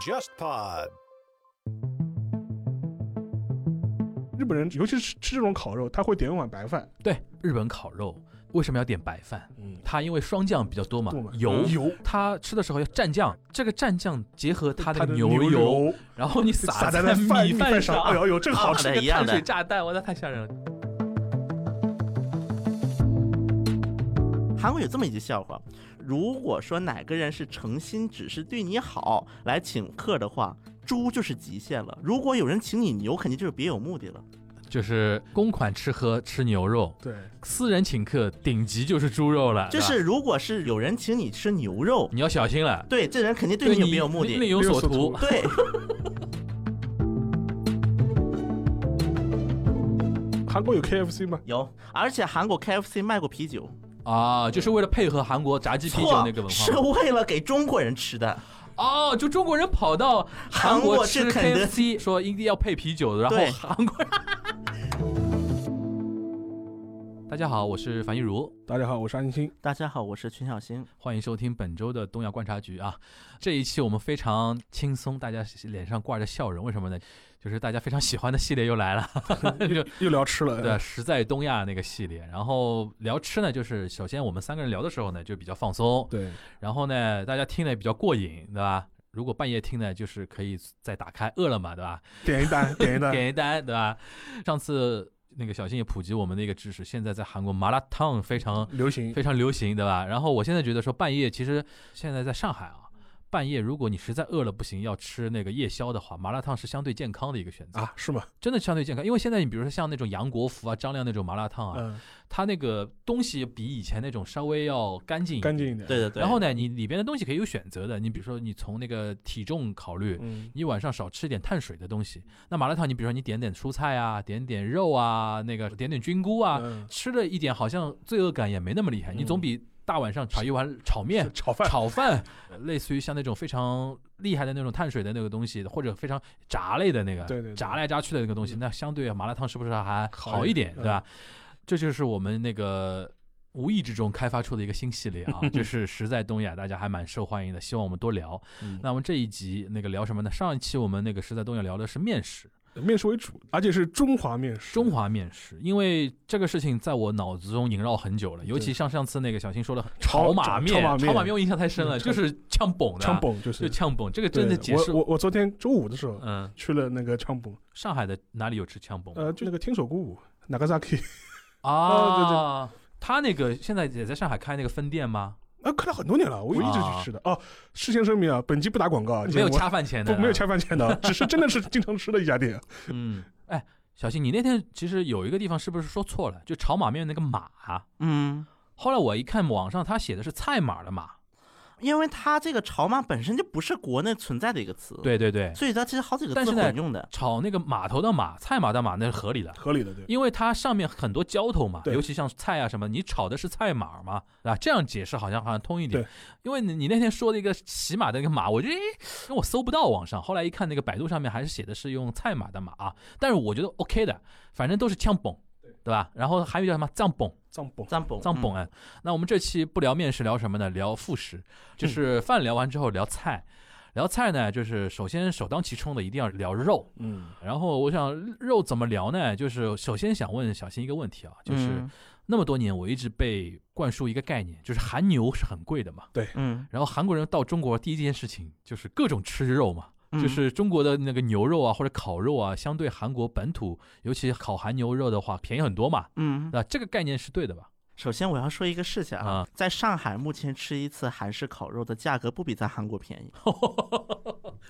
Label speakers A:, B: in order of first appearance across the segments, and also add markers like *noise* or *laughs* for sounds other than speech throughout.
A: JustPod。
B: 日本人尤其是吃这种烤肉，他会点一碗白饭，
C: 对，日本烤肉为什么要点白饭？
A: 嗯，
C: 它因为霜降比较多嘛
B: 多嘛，嗯
C: 油。
B: 油，
C: 它吃的时候要蘸酱，这个蘸酱结合它
B: 它
C: 的
B: 的
C: 牛
B: 油
C: 油，然后你
B: 撒在
C: 在
B: 那饭
C: 米
B: 饭
C: 上，啊
B: 哎呦呦，这个好吃。
C: 那
D: 的
C: 个
D: 一样
C: 碳水
D: 的，
C: 炸弹，哇，那太吓人了。
D: 韩国有这么一句笑话：如果说哪个人是诚心只是对你好来请客的话，猪就是极限了；如果有人请你牛，肯定就是别有目的了。
C: 啊就是公款吃喝吃牛肉，
B: 对，
C: 私人请客顶级就是猪肉了，对
D: 就
C: 吧
D: 是如果是有人请你吃牛肉，
C: 你要小心了，
D: 对，这人肯定对你有
C: 你
D: 别
C: *laughs*
D: 有目
C: 另
D: 的。
C: 有
B: 另有所
C: 所图
B: 图。
D: 对，
B: 韩国有 KFC 吗？
D: 有，而且韩国 KFC 卖过啤酒，
C: 啊，就是为了配合韩国炸鸡啤酒
D: 错
C: 那个文，
D: 是
C: 化吗。
D: 为了给中国人吃的。
C: 哦，就中国人跑到韩
D: 国
C: 吃
D: 吃肯德基
C: KFC，说一定要配啤酒的，然
D: 对
C: 后韩国人。 *laughs* 大家好，我是樊一茹，
B: 大家好，我是安欣。
D: 大家好，我是群小新。
C: 欢迎收听本周的东亚观察局啊。这一期我们非常轻松，大家脸上挂着笑容，为什么呢？就是大家非常喜欢的系列又来了，就
B: 又聊吃了，
C: *laughs* 对，实在东亚那个系列。然后聊吃呢，就是首先我们三个人聊的时候呢，就比较放松，
B: 对，
C: 然后呢，大家听呢比较过瘾，对吧？如果半夜听呢，就是可以再打开饿了么，对吧？
B: 点一
C: *laughs*
B: 单，点一单，
C: 点一单，对吧？上次那个小新也普及我们的一个知识，现在在韩国麻辣烫非常
B: 流行
C: 非常流行，对吧？然后我现在觉得说半夜，其实现在在上海啊，半夜如果你实在饿了不行，要吃那个夜宵的话，麻辣烫是相对健康的一个选择，
B: 啊，是吗？
C: 真的相对健康。因为现在你比如说像那种杨国福啊、张亮那种麻辣烫啊，
B: 嗯，
C: 它那个东西比以前那种稍微要干净一点
B: 干。净一点。
D: 对，对对。
C: 然后呢，你里边的东西可以有选择的。你比如说，你从那个体重考虑，
B: 嗯，
C: 你晚上少吃一点碳水的东西。那麻辣烫，你比如说你点点蔬菜啊，点点肉啊，那个点点菌菇啊，
B: 嗯
C: 吃了一点，好像罪恶感也没那么厉害。你总比大晚上炒一碗炒面、
B: 炒饭，
C: 炒饭，呃类似于像那种非常厉害的那种碳水的那个东西，或者非常炸类的那个，
B: 对对对
C: 炸来炸去的那个东西，
B: 嗯
C: 那相对麻辣烫是不是还
B: 好
C: 好
B: 一
C: 一
B: 点嗯
C: 点，对吧？这就是我们那个。无意之中开发出的一个新系列
B: *laughs*
C: 啊，就是实在东亚，大家还蛮受欢迎的，希望我们多聊。
B: 嗯
C: 那我们这一集那个聊什么呢？上一期我们那个实在东亚聊的是面食，
B: 面食为主，而且是中华面食。
C: 中华面食，因为这个事情在我脑子中萦绕很久了，尤
B: 对
C: 其像上次那个小新说的
B: 炒
C: 马面，
B: 炒马面
C: 炒马面我印象太深
B: 嗯
C: 了，就是呛崩的，啊
B: 昌蹦就是
C: 就呛崩，这个
B: 对
C: 真的解释
B: 我我我昨天周五的时候
C: 嗯，
B: 去了那个昌蹦，
C: 上海的哪里有吃呛崩？
B: 呃，就那个听手鼓舞 Nagasaki，哦
C: 啊，他那个现在也在上海开那个分店吗？
B: 啊，开了很多年了，我一直去吃的。哦，事先声明啊，本期不打广告啊，
C: 没有
B: 今天
C: 恰饭钱
B: 我
C: 的，
B: 不没有。恰饭钱的，只是真的是经常吃的一家店。 *laughs*
C: 嗯，哎，小新，你那天其实有一个地方是不是说错了？就炒马面那个马，
D: 嗯，
C: 后来我一看网上他写的是菜码的码，
D: 因为它这个炒码本身就不是国内存在的一个词，，
C: 对对对，
D: 所以它其实好几个
C: 但
D: 字
C: 是呢
D: 混用的。
C: 炒那个码头的码，菜码的码那是合理的。
B: 合理的，对，
C: 因为它上面很多浇头嘛，
B: 对
C: 尤其像菜啊什么，你炒的是菜码嘛，啊，这样解释好像好像通一点
B: 对。
C: 因为你你那天说的一个骑马的那个马，我觉得诶因为我搜不到网上，后来一看那个百度上面还是写的是用菜码的马啊，但是我觉得 OK 的，反正都是呛蹦，对吧？然后还有叫什么藏蹦，
B: 藏蹦
D: 藏蹦，
C: 藏蹦哎，那我们这期不聊面食，聊什么呢？聊副食，就是饭聊完之后聊菜。聊菜呢，就是首先首当其冲的一定要聊肉，
B: 嗯，
C: 然后我想肉怎么聊呢？就是首先想问小新一个问题啊，
D: 嗯
C: 就是那么多年我一直被灌输一个概念，就是韩牛是很贵的嘛。
D: 嗯，
C: 然后韩国人到中国第一件事情就是各种吃肉嘛，
D: 嗯
C: 就是中国的那个牛肉啊或者烤肉啊，相对韩国本土，尤其烤韩牛肉的话便宜很多嘛。
D: 嗯，
C: 那这个概念是对的吧？ *laughs*
D: 首先我要说一个事情啊
C: 啊，
D: 在上海目前吃一次韩式烤肉的价格不比在韩国便宜。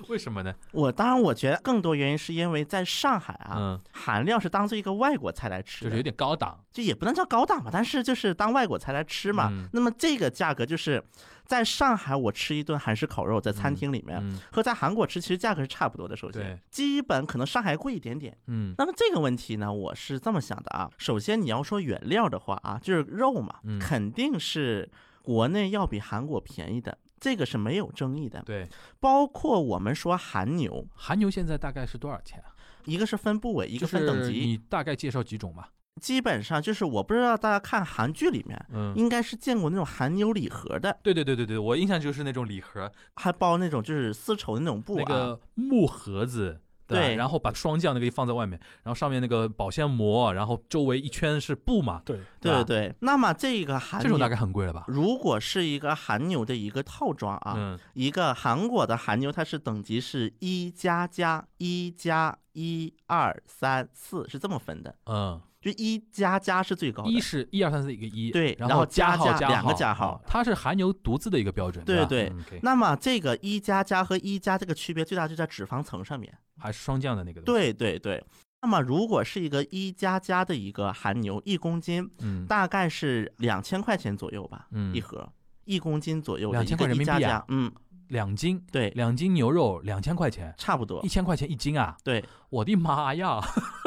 C: 为什么呢？
D: 我当然我觉得更多原因是因为在上海啊，
C: 嗯，
D: 韩料是当做一个外国菜来吃
C: 就是有
D: 的，
C: 点高档，
D: 就也不能叫高档吧，但是就是当外国菜来吃嘛
C: 嗯。
D: 那么这个价格就是在上海我吃一顿韩式烤肉在餐厅里面。
C: 嗯
D: 和在韩国吃其实价格是哎差不多的，首先
C: 对，
D: 基本可能上海贵一点点，
C: 嗯
D: 那么这个问题呢，我是这么想的啊。首先，你要说原料的话啊，就是肉嘛，
C: 嗯
D: 肯定是国内要比韩国便宜的，这个是没有争议的。
C: 对，
D: 包括我们说韩牛，
C: 韩牛现在大概是多少钱啊？
D: 一个是分部位，一
C: 一
D: 个分等
C: 你
D: 级。
C: 大概介绍几种吧。
D: 基本上就是我不知道大家看韩剧里面，
C: 嗯，
D: 应该是见过那种韩牛礼盒的，
C: 对对对对对，我印象就是那种礼盒，
D: 还包那种就是丝绸的那种布
C: 那
D: 啊，
C: 个木盒子。吧
D: 对
C: 然后把霜降那个放在外面，然后上面那个保鲜膜，然后周围一圈是布嘛，
B: 对，
D: 对
C: 吧
D: 对对。那么这个韩
C: 这种
D: 牛
C: 大概很贵了吧？
D: 如果是一个韩牛的一个套装啊，
C: 嗯，
D: 一个韩国的韩牛，它是等级是一加加一加一二三四是这么分的，
C: 嗯，
D: 就一加加是最高的。
C: 一是一二三四一个一，
D: 对
C: 然
D: 然后
C: 加
D: 加
C: 号
D: 价两个
C: 号
D: 加号
C: 啊它是韩牛独自的一个标准，
D: 对
C: 吧
D: 对
C: 嗯，OK
D: 那么这个一加加和一加这个区别最大就在脂肪层上面。
C: 还是霜降的那个，，
D: 对对对。那么如果是一个一加加的一个韩牛，一公斤
C: 嗯，
D: 大概是两千块钱左右吧，
C: 嗯
D: 一盒一公斤左右的
C: 2000
D: 一
C: 块
D: 个
C: 人
D: 一
C: 民
D: 加
C: 币啊
D: 加，嗯，
C: 两斤，
D: 对，
C: 两斤牛肉两千块钱，
D: 差不多
C: 一，千块钱一斤啊！
D: 对，
C: 我的妈呀， *laughs*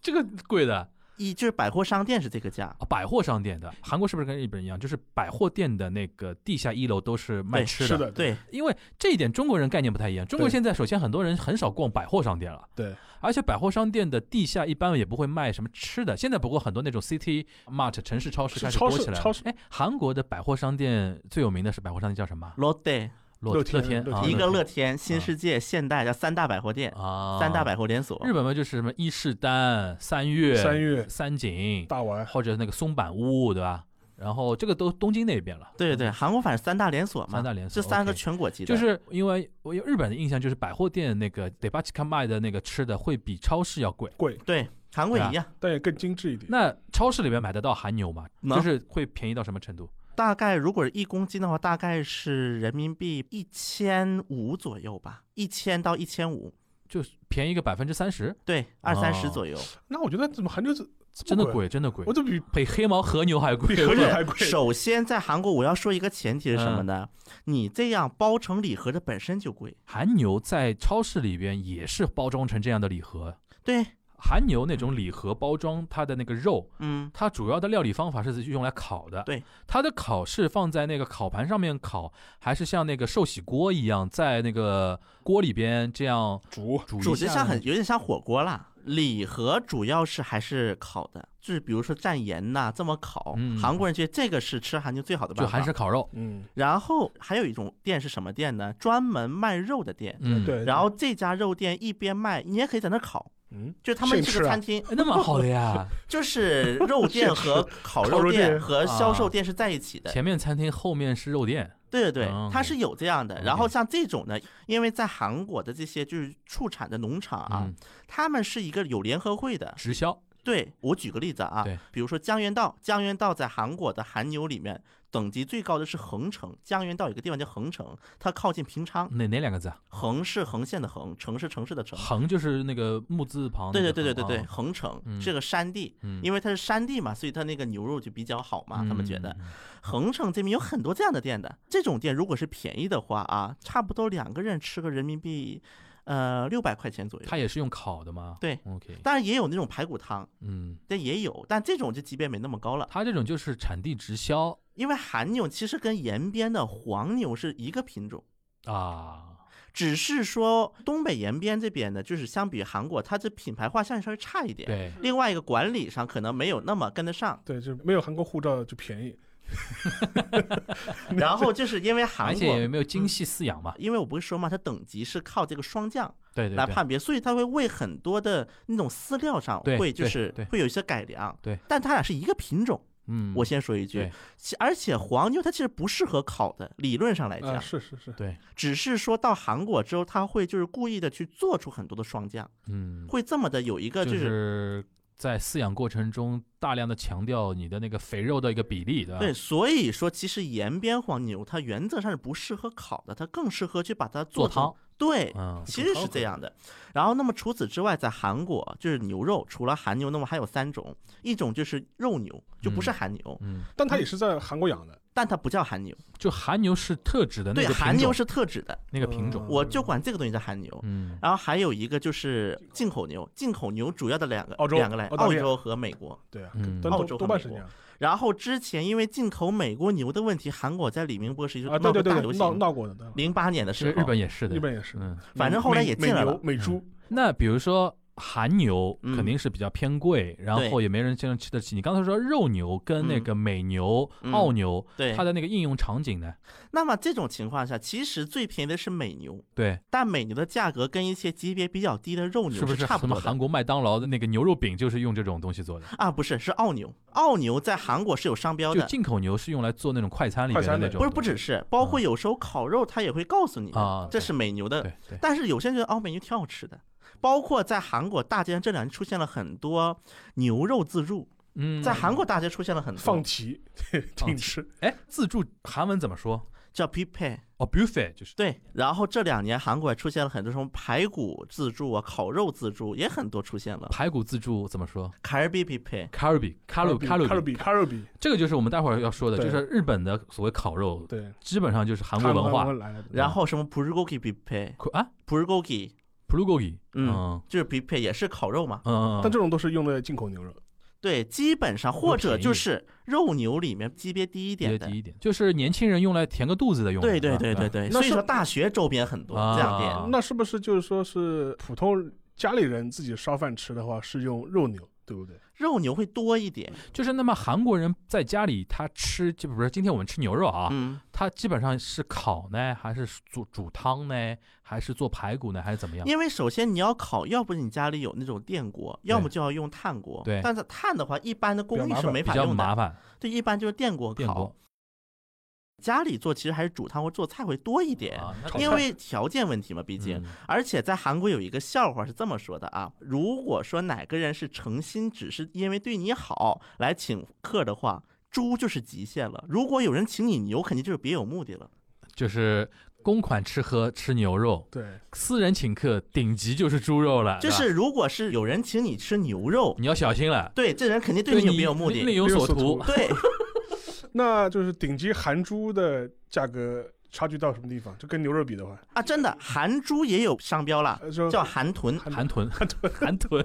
C: 这个贵的
D: 一就是百货商店是这个价，
C: 啊！百货商店的，韩国是不是跟日本一样？就是百货店的那个地下一楼都是卖
D: 对
C: 吃
B: 是
C: 的，
B: 的，
D: 对，
C: 因为这一点中国人概念不太一样。中国
B: 对
C: 现在首先很多人很少逛百货商店了，
B: 对，
C: 而且百货商店的地下一般也不会卖什么吃的。现在不过很多那种 City Mart 城市超市
B: 是
C: 开始
B: 超
C: 多
B: 市
C: 起来了。
B: 超市
C: 哎，韩国的百货商店最有名的是百货商店叫什么？
D: 罗德
C: 乐
B: 乐
C: 天
B: 天
C: 天
B: 乐
C: 啊，
B: 天
D: 一个
C: 乐
D: 乐天、新世界、现代叫三大百货店，
C: 啊，
D: 三大百货连锁。
C: 日本嘛就是什么伊势丹、三月、
B: 三月
C: 三井，
B: 大丸
C: 或者那个松坂屋，对吧？然后这个都东京那边了，
D: 对对，韩国反正三大连锁嘛，
C: 三大连锁
D: 这三个
C: OK
D: 全国级的，
C: 就是因为我有日本的印象，就是百货店那个 d e b a c h i k a 卖的那个吃的会比超市要贵。
B: 贵，
D: 对韩国
C: 对啊
D: 一样，
B: 但也更精致一点。
C: 那超市里面买得到韩牛吗？
D: 能
C: 就是会便宜到什么程度？
D: 大概如果是一公斤的话，大概是人民币一千五左右吧，一千到一千五，
C: 就是便宜个百分之三十，
D: 对，二三十
C: 哦 *laughs*
D: 左右。
B: 那我觉得怎么韩牛这这
C: 真
B: 么
C: 的，贵，真的贵
B: 我，这比
C: 比黑毛和牛还贵。
B: 比和
D: 不
B: 牛
D: 是
B: 还贵。
D: 首先，在韩国，我要说一个前提是什么呢？
C: 嗯
D: 你这样包成礼盒的本身就贵，
C: 韩牛在超市里边也是包装成这样的礼盒，
D: 对，
C: 韩牛那种礼盒包装，它的那个肉，
D: 嗯，
C: 它主要的料理方法是用来烤的。
D: 对，
C: 它的烤是放在那个烤盘上面烤，还是像那个寿喜锅一样，在那个锅里边这样
B: 主
C: 煮
D: 煮
C: 一
D: 的
C: 下
D: 像
C: 呢
D: 很有点像火锅啦。礼盒主要是还是烤的，就是比如说蘸盐呐、这么烤。
C: 嗯
D: 韩国人觉得这个是吃韩牛最好的办
C: 就
D: 法。
C: 韩式烤肉。
B: 嗯，
D: 然后还有一种店是什么店呢？专门卖肉的店。
C: 嗯，。
B: 对，
D: 然后这家肉店一边卖，你也可以在那烤，
B: 嗯，
D: 就是他们
B: 现
D: 这
B: 吃
D: 个
B: 啊
D: 餐厅，
C: 哎那蛮好的呀，
D: 就是肉店
B: 现吃
D: 和烤
B: 烤
D: 肉
B: 肉
D: 店
B: 店
D: 和销售
C: 啊
D: 店是在一起的。
C: 前面餐厅，后面是肉店。
D: 对对对，它
C: 嗯
D: 是有这样的。然后像这种呢，因为在韩国的这些就是畜产的农场啊
C: 嗯，，
D: 他们是一个有联合会的。
C: 直销。
D: 对我举个例子啊
C: 对，
D: 比如说江原道，江原道在韩国的韩牛里面等级最高的是横城，江原道有个地方叫横城，它靠近平昌，
C: 哪哪两个字啊？
D: 横是横线的横，城是城市的城。
C: 横就是那个木字旁那个
D: 对对
C: 横。
D: 对对对对，
C: 啊，
D: 横城
C: 嗯
D: 是个山地，
C: 嗯，
D: 因为它是山地嘛，所以它那个牛肉就比较好嘛，他们觉得
C: 嗯。嗯嗯
D: 横城这边有很多这样的店的，这种店如果是便宜的话啊，差不多两个人吃个人民币，呃，六百块钱左右。
C: 它也是用烤的吗？
D: 对
C: ，OK，
D: 当然也有那种排骨汤，
C: 嗯，
D: 但也有，但这种就级别没那么高了，
C: 它这种就是产地直销
D: 因为韩牛其实跟延边的黄牛是一个品种。
C: 啊，
D: 只是说东北延边这边呢，就是相比韩国，它这品牌化相对稍微差一点。
C: 对，
D: 另外一个管理上可能没有那么跟得
C: *laughs*
D: 上，
B: 对，就没有韩国护照就便宜。
D: 然
B: *laughs*
D: 后就是因为
C: 而
D: 韩
C: 且也
D: 国，嗯
C: 没有精细饲养嘛，
D: 因为我不是说嘛，它等级是靠这个霜降，
C: 对对
D: 来
C: 对，
D: 判别，所以它会为很多的那种饲料上
C: 对
D: 会就
C: 对
D: 是
C: 对
D: 会有一些改良。
C: 对，
D: 但它俩是一个品种。
C: 嗯，
D: 我先说一句
C: 对，
D: 其而且黄牛它其实不适合烤的，理论上
C: 呃
D: 来
B: 啊，
D: 讲，
B: 是是是，
C: 对，
D: 只是说到韩国之后，它会就是故意的去做出很多的霜降，
C: 嗯，
D: 会这么的有一个
C: 就
D: 就是。
C: 是在饲养过程中大量的强调你的那个肥肉的一个比例，对吧？
D: 对，所以说其实延边黄牛它原则上是不适合烤的，它更适合去把它
C: 做
D: 成
C: 汤，
D: 对，
C: 嗯
D: 其实是这样的。然后，那么除此之外，在韩国就是牛肉，除了韩牛，那么还有三种，一种就是肉牛，就不是
C: 嗯
D: 韩牛，
C: 嗯，
B: 但它也是在韩国养的，
D: 但它不叫韩牛，
C: 就韩牛是特指的那
D: 对，
C: 个
D: 韩
C: 品
D: 牛
C: 种，
D: 是呃啊特指的，
C: 那个品
B: 嗯
C: 种，
D: 我就管这个东西叫韩牛。
C: 嗯，
D: 然后还有一个就是进口牛，进口牛主要的两个
B: 澳洲
D: 两个来，
B: 澳大
D: 澳
B: 利亚
D: 洲和美国。
B: 对啊，
C: 嗯
B: 但
D: 澳
B: 多
D: 洲和
B: 多半是这样
D: 然后之前因为进口美国牛的问题，韩国在李明博时期就
B: 啊，
D: 闹
B: 对
D: 过
B: 对
D: 大
B: 对
D: 流
B: 对，闹
D: 行。
B: 闹过的，对吧
D: 零八年的时
C: 是
D: 候，
C: 日本也是的
B: 日，本也是，
C: 嗯，
D: 反正后来也进来
B: 美
D: 了
B: 牛美猪，
C: 那比如说韩牛
D: 嗯
C: 肯定是比较偏贵，然后也没人经常吃得起。你刚才说肉牛跟那个美牛、
D: 嗯
C: 澳牛，
D: 对
C: 它的那个应用场景呢？
D: 那么这种情况下，其实最便宜的是美牛，
C: 对，
D: 但美牛的价格跟一些级别比较低的肉牛
C: 是不
D: 差不
C: 什么
D: 多的
C: 韩国麦当劳的那个牛肉饼就是用这种东西做的？
D: 啊，不是，是澳牛。澳牛在韩国是有商标
C: 就
D: 的，
C: 进口牛是用来做那种快餐里面
B: 快
C: 的
B: 餐的
C: 那种
D: 不
C: 东
D: 是
C: 西，
D: 不只是，包括有时候烤肉它也会告诉你
C: 嗯啊
D: 这是美牛的
C: 对。对，
D: 但是有些人觉得哦，美牛挺好吃的。包括在韩国大街上这两年出现了很多牛肉自助，
C: 嗯，
D: 在韩国大街出现了很
B: 放
D: 多，
C: *laughs*
B: 题挺吃，
C: 哎自助韩文怎么说？
D: 叫 p i p a y
C: 哦，buffet 就是
D: 对，然后这两年韩国也出现了很多什么排骨自助啊、烤肉自助，也很多出现了。嗯
C: 排骨自助怎么说
D: 卡尔比 p i p a y
C: c a r b i c a r b
B: 卡
C: i c a r
B: 路
C: b
B: 比卡路比，
C: 这个就是我们待会儿要说的，
B: 对
C: 就是日本的所谓烤肉，
B: 对，
C: 基本上就是韩国文化。
B: 来的。
D: 然后什么 bulgogi p i p a y
C: 苦啊
D: bulgogi
C: ，bulgogi，
D: 嗯
C: 嗯
D: 就是 p i p a y 也是烤肉嘛。
C: 嗯，
B: 但这种都是用的进口牛肉，
D: 对，基本上或者就是肉牛里面级别低一
C: 比
D: 点啊
C: 较
D: 的
C: 低。一点，就是年轻人用来填个肚子的用的。
D: 对对
C: 是吧
D: 对对，对，
B: 那
D: 所以
B: 是
D: 说大学周边很多
C: 啊
D: 这样店。
C: 啊
B: 那是不是就是说是普通家里人自己烧饭吃的话是用肉牛，对不对？
D: 肉牛会多一点，
C: 嗯就是那么韩国人在家里他吃，就比如说今天我们吃牛肉啊，
D: 嗯，
C: 他基本上是烤呢，还是煮煮汤呢，还是做排骨呢，还是怎么样？
D: 因为首先你要烤，要不你家里有那种电锅，要么就要用炭锅。
C: 对
D: 但是炭的话，一般的公
B: 比
D: 寓
B: 较麻
D: 是
B: 烦
D: 没
C: 比
D: 法
C: 较
D: 用
C: 麻
D: 的，
C: 烦，
D: 对，一般就是电锅
C: 电
D: 烤
C: 锅。
D: 家里做其实还是煮汤或做菜会多一点，
C: 啊，那
B: 炒
D: 因
B: 菜
D: 为条件问题嘛，毕
C: 毕
D: 竟。而且在韩国有一个笑话是这么说的啊，如果说哪个人是诚心只是因为对你好来请客的话，猪就是极限了。如果有人请你牛，肯定就是别有目的了。
C: 就是公款吃喝吃牛肉，
B: 对，
C: 私人请客顶级就是猪肉了，
D: 就
C: 对吧
D: 是如果是有人请你吃牛肉，
C: 你要小心了，
D: 对，这人肯定对
C: 对
D: 你有
C: 你
D: 别有目
C: 另
D: 的。
C: 有所
B: 所
C: 图
B: 图。
D: 对，
B: 那就是顶级韩猪的价格差距到什么地方？就跟牛肉比的话，
D: 啊，真的，韩猪也有商标了，
B: 呃就
D: 叫韩
C: *laughs*
D: 豚。
C: 韩豚， *laughs* 韩豚。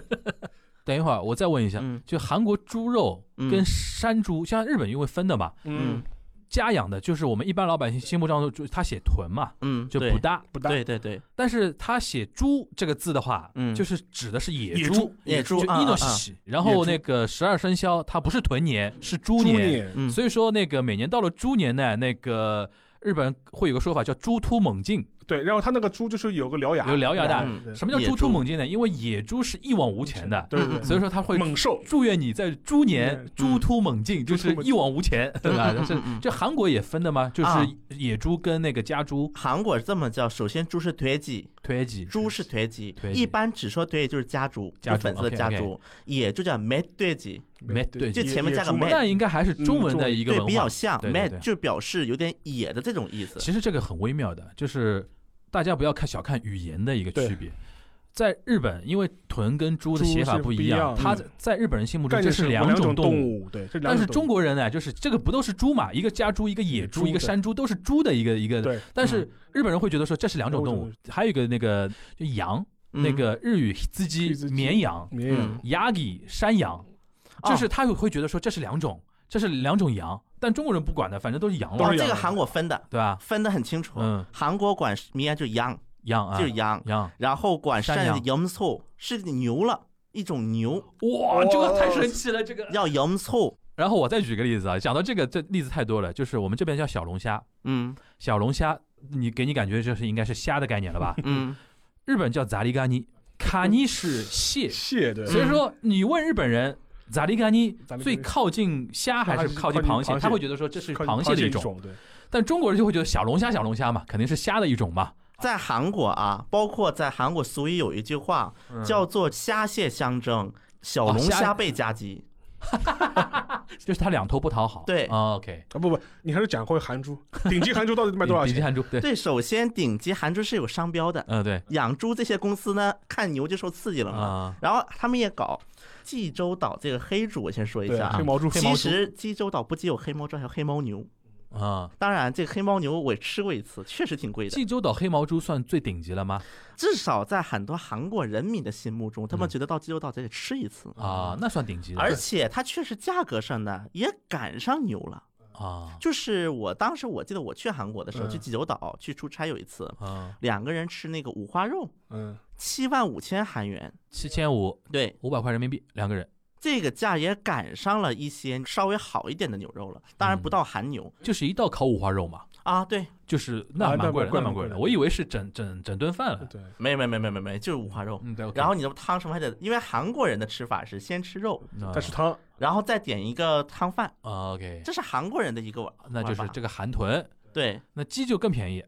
C: 等一会儿，我再问一下，
D: 嗯
C: 就韩国猪肉
D: 嗯
C: 跟山猪，像日本因为分的嘛，
B: 嗯
C: 家养的，就是我们一般老百姓心目当中，就他写豚嘛，
D: 嗯，
C: 就
D: 对
C: 不搭。
B: 不大，
D: 对对对，
C: 但是他写猪这个字的话，
D: 嗯
C: 就是指的是野
B: 野
C: 猪
B: 猪，
D: 野
C: 就
D: 猪啊
C: 一
D: 啊
C: 诺
D: 啊，
C: 喜。然后那个十二生肖，它不是豚年，是猪
B: 猪
C: 年。
B: 年
D: 嗯，
C: 所以说，那个每年到了猪年呢，那个日本会有个说法叫“猪突猛进
B: 对，然后它那个猪就是有个獠牙，
C: 有獠牙的
B: 对
D: 嗯
B: 对”。
C: 什么叫“
D: 野
C: 猪突
D: 猪
C: 猛进”呢？因为野猪是一往无前的，
B: 对对
D: 嗯
B: 对，
C: 所以说它会
B: 猛兽，
C: 祝愿你在猪年
B: 嗯
C: 猪突猛进，就是一往无前，对吧？ *laughs*
D: 嗯
C: 这
D: 嗯嗯
C: 这韩国也分的吗？就
D: 啊
C: 是野猪跟那个家猪、
D: 韩国是这么叫，首先猪是腿鸡，
C: 推挤
D: 猪是腿鸡
C: 腿，鸡
D: 一般只说腿就是家猪，
C: 家
D: 就
C: 猪
D: 粉色的家
C: OK，OK
D: 猪，也就叫 mad 对鸡，
C: 没对
D: 就前面加个
B: 野猪嘛
D: mad
C: 那应该还是中文的一个
D: 对，
C: 文
D: 比
C: 化
D: 较。像
C: 对对
D: mad
C: 对
D: 就表示有点野的这种意思。
C: 其实这个很微妙的，就是大家不要看小看语言的一个区别。在日本，因为豚跟猪的写法不一样，
B: 猪是不一样的
C: 它在在日本人心目中
B: 概
C: 这
B: 念
C: 是
B: 是两
C: 种
B: 动
C: 物。
B: 物，对，这两种
C: 但
B: 动
C: 是
B: 物
C: 中国人呢，就是这个不都是猪嘛？一个家猪，一个野
B: 野
C: 猪，
B: 猪
C: 一个
B: 对
C: 山猪，都是猪的一个一个。
B: 对
C: 但是日本人会觉得说这是两种动物
B: 两种，
C: 还有一个那个就羊，
D: 嗯
C: 那个日语自己啊
B: hitsuzgi
C: 绵羊、
B: 绵
D: 嗯
B: 羊，
C: yagi 山羊，
D: 哦
C: 就是他会觉得说这是两种，这是两种羊，但中国人不管的，反正都是羊
B: 都
C: 了
D: 哦，
B: 是，
D: 这
B: 羊
D: 个
B: 的
D: 韩国分的
C: 对吧？
D: 分的很清楚
C: 嗯，
D: 韩国管绵羊就是羊，
C: 羊啊
D: 就，是羊，
C: 羊，
D: 然后管
C: 山
D: 山
C: 羊哦
D: 的 yam s o 是牛了，一种牛
C: 哇，这个太神奇了，这个。
D: 叫 yam s o
C: 然后我再举个例子啊，讲到这个，这例子太多了，就是我们这边叫小龙虾，
D: 嗯
C: 小龙虾，你给你感觉就是应该是虾的概念了 *laughs* 吧？
D: 嗯，
C: 日本叫杂利嘎尼，卡尼是蟹，
B: 蟹对，
C: 所以说你问日本人。杂利嘎尼
B: 杂利嘎
C: 最
B: 尼
C: 靠近虾还嗯是靠近螃
B: 螃
C: 蟹？
B: 蟹
C: 他会觉得说这是
B: 靠
C: 螃蟹的
B: 一
C: 一种，
B: 对，啊
C: 但中国人就会觉得小龙虾、小龙虾嘛，肯定是虾的一种嘛，
D: 在韩国啊，包括在韩国俗语有一句话
C: 嗯
D: 叫做“虾蟹相争”。小龙
C: 虾
D: 虾被夹击，
C: 就是它两头不讨好。
D: 对
C: 啊，OK，
B: 啊不不，你还是讲回韩猪，顶级韩猪到底卖多
C: *laughs*
B: 少
C: 顶级
B: 钱？
C: 汉猪，对，
D: 对，首先顶级韩猪是有商标的，
C: 嗯，对，
D: 养猪这些公司呢，看牛就受刺激了嘛，
C: 啊，
D: 然后他们也搞济州岛这个黑猪，我先说一
B: 对
D: 下，啊
B: 黑，毛猪，黑毛
D: 其
B: 猪，
D: 实济州岛不仅有黑猫猪，还有黑牦牛。
C: 啊，
D: 当然，这个黑牦牛我也吃过一次，确实挺贵的。
C: 济州岛黑毛猪算最顶级了吗？
D: 至少在很多韩国人民的心目中，他们觉得到济州岛得吃一次。
B: 嗯
C: 啊，那算顶级的。
D: 而且它确实价格上呢也赶上牛了。
C: 啊
D: 就是我当时我记得我去韩国的时候，
B: 嗯
D: 去济州岛去出差有一次，
C: 啊，
D: 两个人吃那个五花肉，
B: 嗯，
D: 七万五千韩元。
C: 七千五
D: 对，
C: 五百块人民币两个人，
D: 这个价也赶上了一些稍微好一点的牛肉了，当然不到韩牛、
C: 就是一道烤五花肉嘛，
D: 啊。对，
C: 就是
B: 啊
C: 那
B: 那
C: 蛮贵的，
B: 蛮贵的
C: 那蛮贵
B: 蛮贵的
C: 的，我以为是整整整顿饭了。
B: 对，
D: 没没没没没没，就是五花肉。
C: 嗯，对。OK
D: 然后你的汤什么还得，因为韩国人的吃法是先吃肉，
C: 那
B: 但是汤
D: 然后再点一个汤饭，
C: 啊 OK，
D: 这是韩国人的一个玩
C: 那就是这个韩豚，
D: 对
C: 那鸡就更便宜。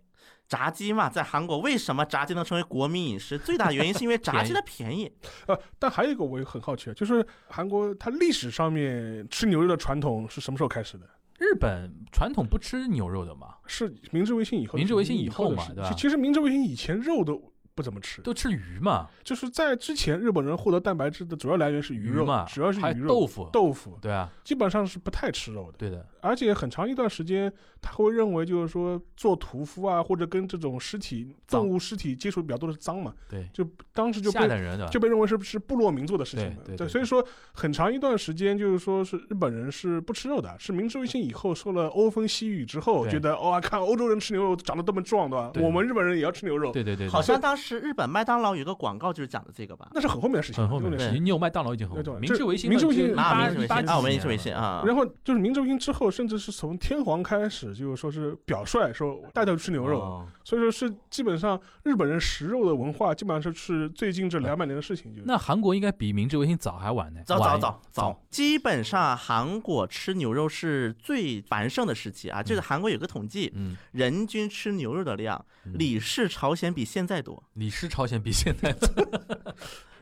D: 炸鸡嘛，在韩国为什么炸鸡能成为国民饮食？最大原因是因为炸鸡它便宜。
B: 呃，但还有一个我也很好奇，啊就是韩国它历史上面吃牛肉的传统是什么时候开始的？
C: 日本传统不吃牛肉的嘛，
B: 是明治维新以后的事，
C: 明治维新以后
B: 后的
C: 嘛
B: 事
C: 对吧
B: 其其实明治维新以前肉都不怎么吃，
C: 都吃鱼嘛，
B: 就是在之前日本人获得蛋白质的主要来源是鱼肉，
C: 嘛，
B: 主要是
C: 还
B: 鱼
C: 有
B: 肉、
C: 豆腐，
B: 豆腐，
C: 对啊，
B: 基本上是不太吃肉的。
C: 对的，
B: 而且很长一段时间，他会认为就是说做屠夫啊，或者跟这种尸体、
C: 脏
B: 动物尸体接触比较多的是脏嘛，
C: 对，
B: 就当时就
C: 下
B: 被
C: 等人对吧？啊
B: 就被认为是是部落民族的事情嘛。
C: 对对对
B: 所以说很长一段时间就是说是日本人是不吃肉的，是明治维新以后受了欧风西雨之后，
C: 对
B: 觉得哇、看欧洲人吃牛肉长得这么壮，对吧？
C: 对
B: 我们日本人也要吃牛肉，
C: 对对对，对
D: 好像当时日本麦当劳有一个广告就是讲的这个吧？
B: 那是很后面的事情，
C: 很后面
B: 的
C: 的
B: 事
C: 事
B: 情。
C: 情，你有麦当劳已经很后
B: 对对
C: 面，明治维新
B: 明治维新
C: 就是
B: 那
D: 啊，
C: 八
D: 明治维
C: 八
D: 新
C: 几
D: 啊，我们
C: 年
D: 明治维
C: 了
D: 新啊，
B: 然后就是明治维新之后，甚至是从天皇开始，就是说是表率说带头吃牛肉，
C: 哦
B: 所以说是基本上日本人食肉的文化，基本上是是最近这两百年的事情。就是
C: 那韩国应该比明治维新早还晚呢，
D: 早早
C: 晚
D: 早早，基本上韩国吃牛肉是最繁盛的时期啊。就是韩国有个统计，
C: 嗯，
D: 人均吃牛肉的量，李氏朝鲜比现在多。
C: 李氏嗯朝鲜比现在早，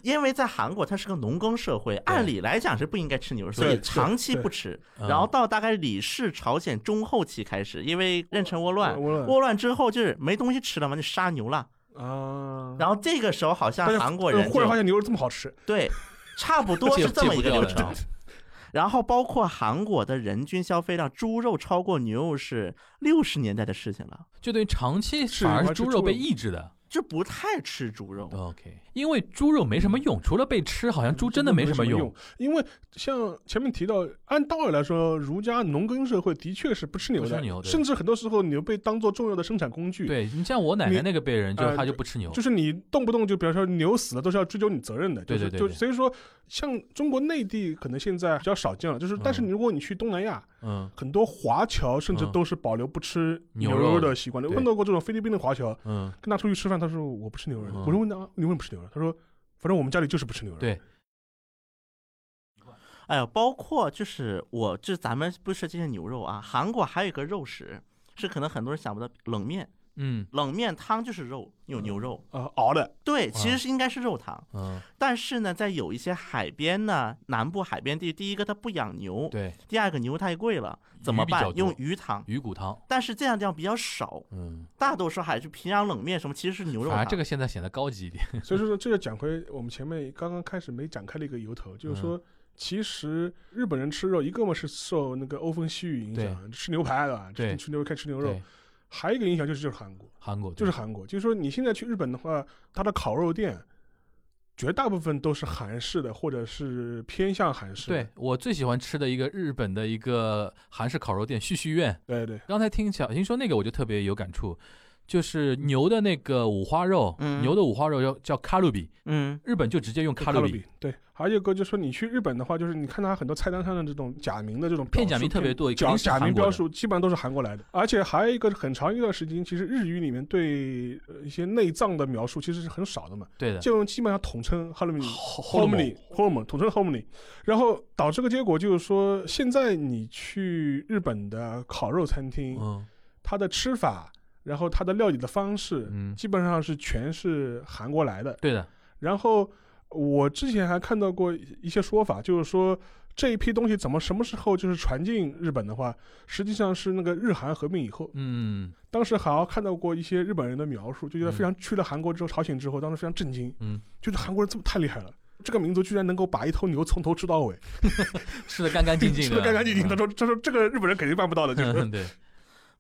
D: 因为在韩国它是个农耕社会，按理来讲是不应该吃牛肉，所
B: 对
D: 以
B: 对
D: 长期不吃。
C: 嗯
D: 然后到大概李氏朝鲜中后期开始，因为壬辰倭乱，
B: 我问
D: 倭乱之后就是没东西吃了嘛，就杀牛了。
B: 啊，
D: 然后这个时候好像
B: 但是
D: 韩国人
B: 忽然
D: 就
B: 发现牛肉这么好吃，
D: 对，差不多
C: 戒
D: 是这么
C: 戒
D: 一
C: 不
D: 个
C: 掉
D: 流
C: 了
D: 程。然后包括韩国的人均消费量，猪肉超过牛肉是六十年代的事情了，
C: 就等于长期
B: 是
C: 反而
B: 还
C: 是
B: 是
C: 猪
B: 猪
C: 肉被
B: 肉
C: 抑制的。
D: 就不太吃猪肉。
C: OK，因为猪肉没什么用，除了被吃，好像猪真的没什么
B: 用
C: 用。，
B: 因为像前面提到，按道理来说，儒家农耕社会的确是不吃牛
C: 不
B: 的，
C: 吃牛对
B: 甚至很多时候牛被当做重要的生产工具。，
C: 对你像我奶
B: 你
C: 奶那个辈人，就
B: 呃
C: 她就不吃牛
B: 就，是你动不动就比如说牛死了都是要追究你责任的，就是
C: 对对对
B: 就
C: 对
B: 所以说，像中国内地可能现在比较少见了，就是但是
C: 嗯
B: 如果你去东南亚，
C: 嗯
B: 很多华侨甚至
C: 嗯
B: 都是保留不吃
C: 牛
B: 牛
C: 肉
B: 肉
C: 的
B: 的习惯的。
C: 对
B: 问到过这种菲律宾的华侨，
C: 嗯，
B: 跟他出去吃饭，他说我不吃牛肉的。
C: 嗯
B: 我说问他你为什么不吃牛肉？他说反正我们家里就是不吃牛肉。
C: 对，
D: 哎呀，包括就是我这咱们不吃这些牛肉啊，韩国还有一个肉食是可能很多人想不到，冷面，
C: 嗯
D: 冷面汤就是肉，有牛肉。
B: 啊、熬的
D: 对，其
C: 哇
D: 实是应该是肉汤，
C: 嗯，
D: 但是呢，在有一些海边呢，南部海边地区，第一个它不养牛，
C: 对，
D: 第二个牛太贵了，怎么
C: 鱼比较
D: 办？用
C: 多
D: 鱼汤。
C: 鱼骨汤，
D: 但是这样地方比较少，
C: 嗯，
D: 大多数还是平阳冷面什么，其实是牛肉
C: 反而
D: 汤。
C: 这个现在显得高级一点。
B: 所以说这就讲回我们前面刚刚开始没展开的一个由头，就是
C: 嗯
B: 说。其实日本人吃肉，一个嘛是受那个欧风西雨影响，吃牛排对吧？
C: 对
B: 吃牛开吃牛肉
C: 对。，
B: 还有一个影响就是就是韩国，
C: 韩国
B: 就是
C: 对
B: 韩国，就是说你现在去日本的话，它的烤肉店绝大部分都是韩式的，或者是偏向韩式的。
C: 对我最喜欢吃的一个日本的一个韩式烤肉店旭旭苑，
B: 对对
C: 刚才听小新说那个，我就特别有感触，就是牛的那个五花肉，
D: 嗯
C: 牛的五花肉叫叫卡路比，
D: 嗯，
C: 日本就直接用
B: 对，
C: 卡路比，
B: 对，还有一个就是说，你去日本的话，就是你看它很多菜单上的这种假名的这种
C: 片
B: 标
C: 假
B: 注
C: 名特别多肯
B: 假
C: 定是
B: 假
C: 韩
B: 名
C: 国
B: 标
C: 的
B: 注基本上都是韩国来的。而且还有一个很长一段时间，其实日语里面对呃一些内脏的描述其实是很少的嘛，
C: 对的，
B: 就基本上统称 h a l o m i h o m i
C: hominy
B: h o m 统称 h o m i 然后导致个结果就是说，现在你去日本的烤肉餐厅，
C: 嗯
B: 它的吃法，然后它的料理的方式，
C: 嗯，
B: 基本上是全是韩国来的。
C: 对的，
B: 然后我之前还看到过一些说法，就是说这一批东西怎么什么时候就是传进日本的话，实际上是那个日韩合并以后，
C: 嗯
B: 当时好像看到过一些日本人的描述，就觉得非常去了韩国之后，朝鲜之后，当时非常震惊，
C: 嗯，
B: 就是韩国人这么太厉害了。这个民族居然能够把一头牛从头吃到尾，
C: 嗯吃的干干净
B: *laughs*
C: 净
B: 吃
C: 的，嗯
B: 的干干净净。他
C: 的，
B: 说：“他说这个日本人肯定办不到的，
C: *laughs*
B: 就是
C: 嗯对，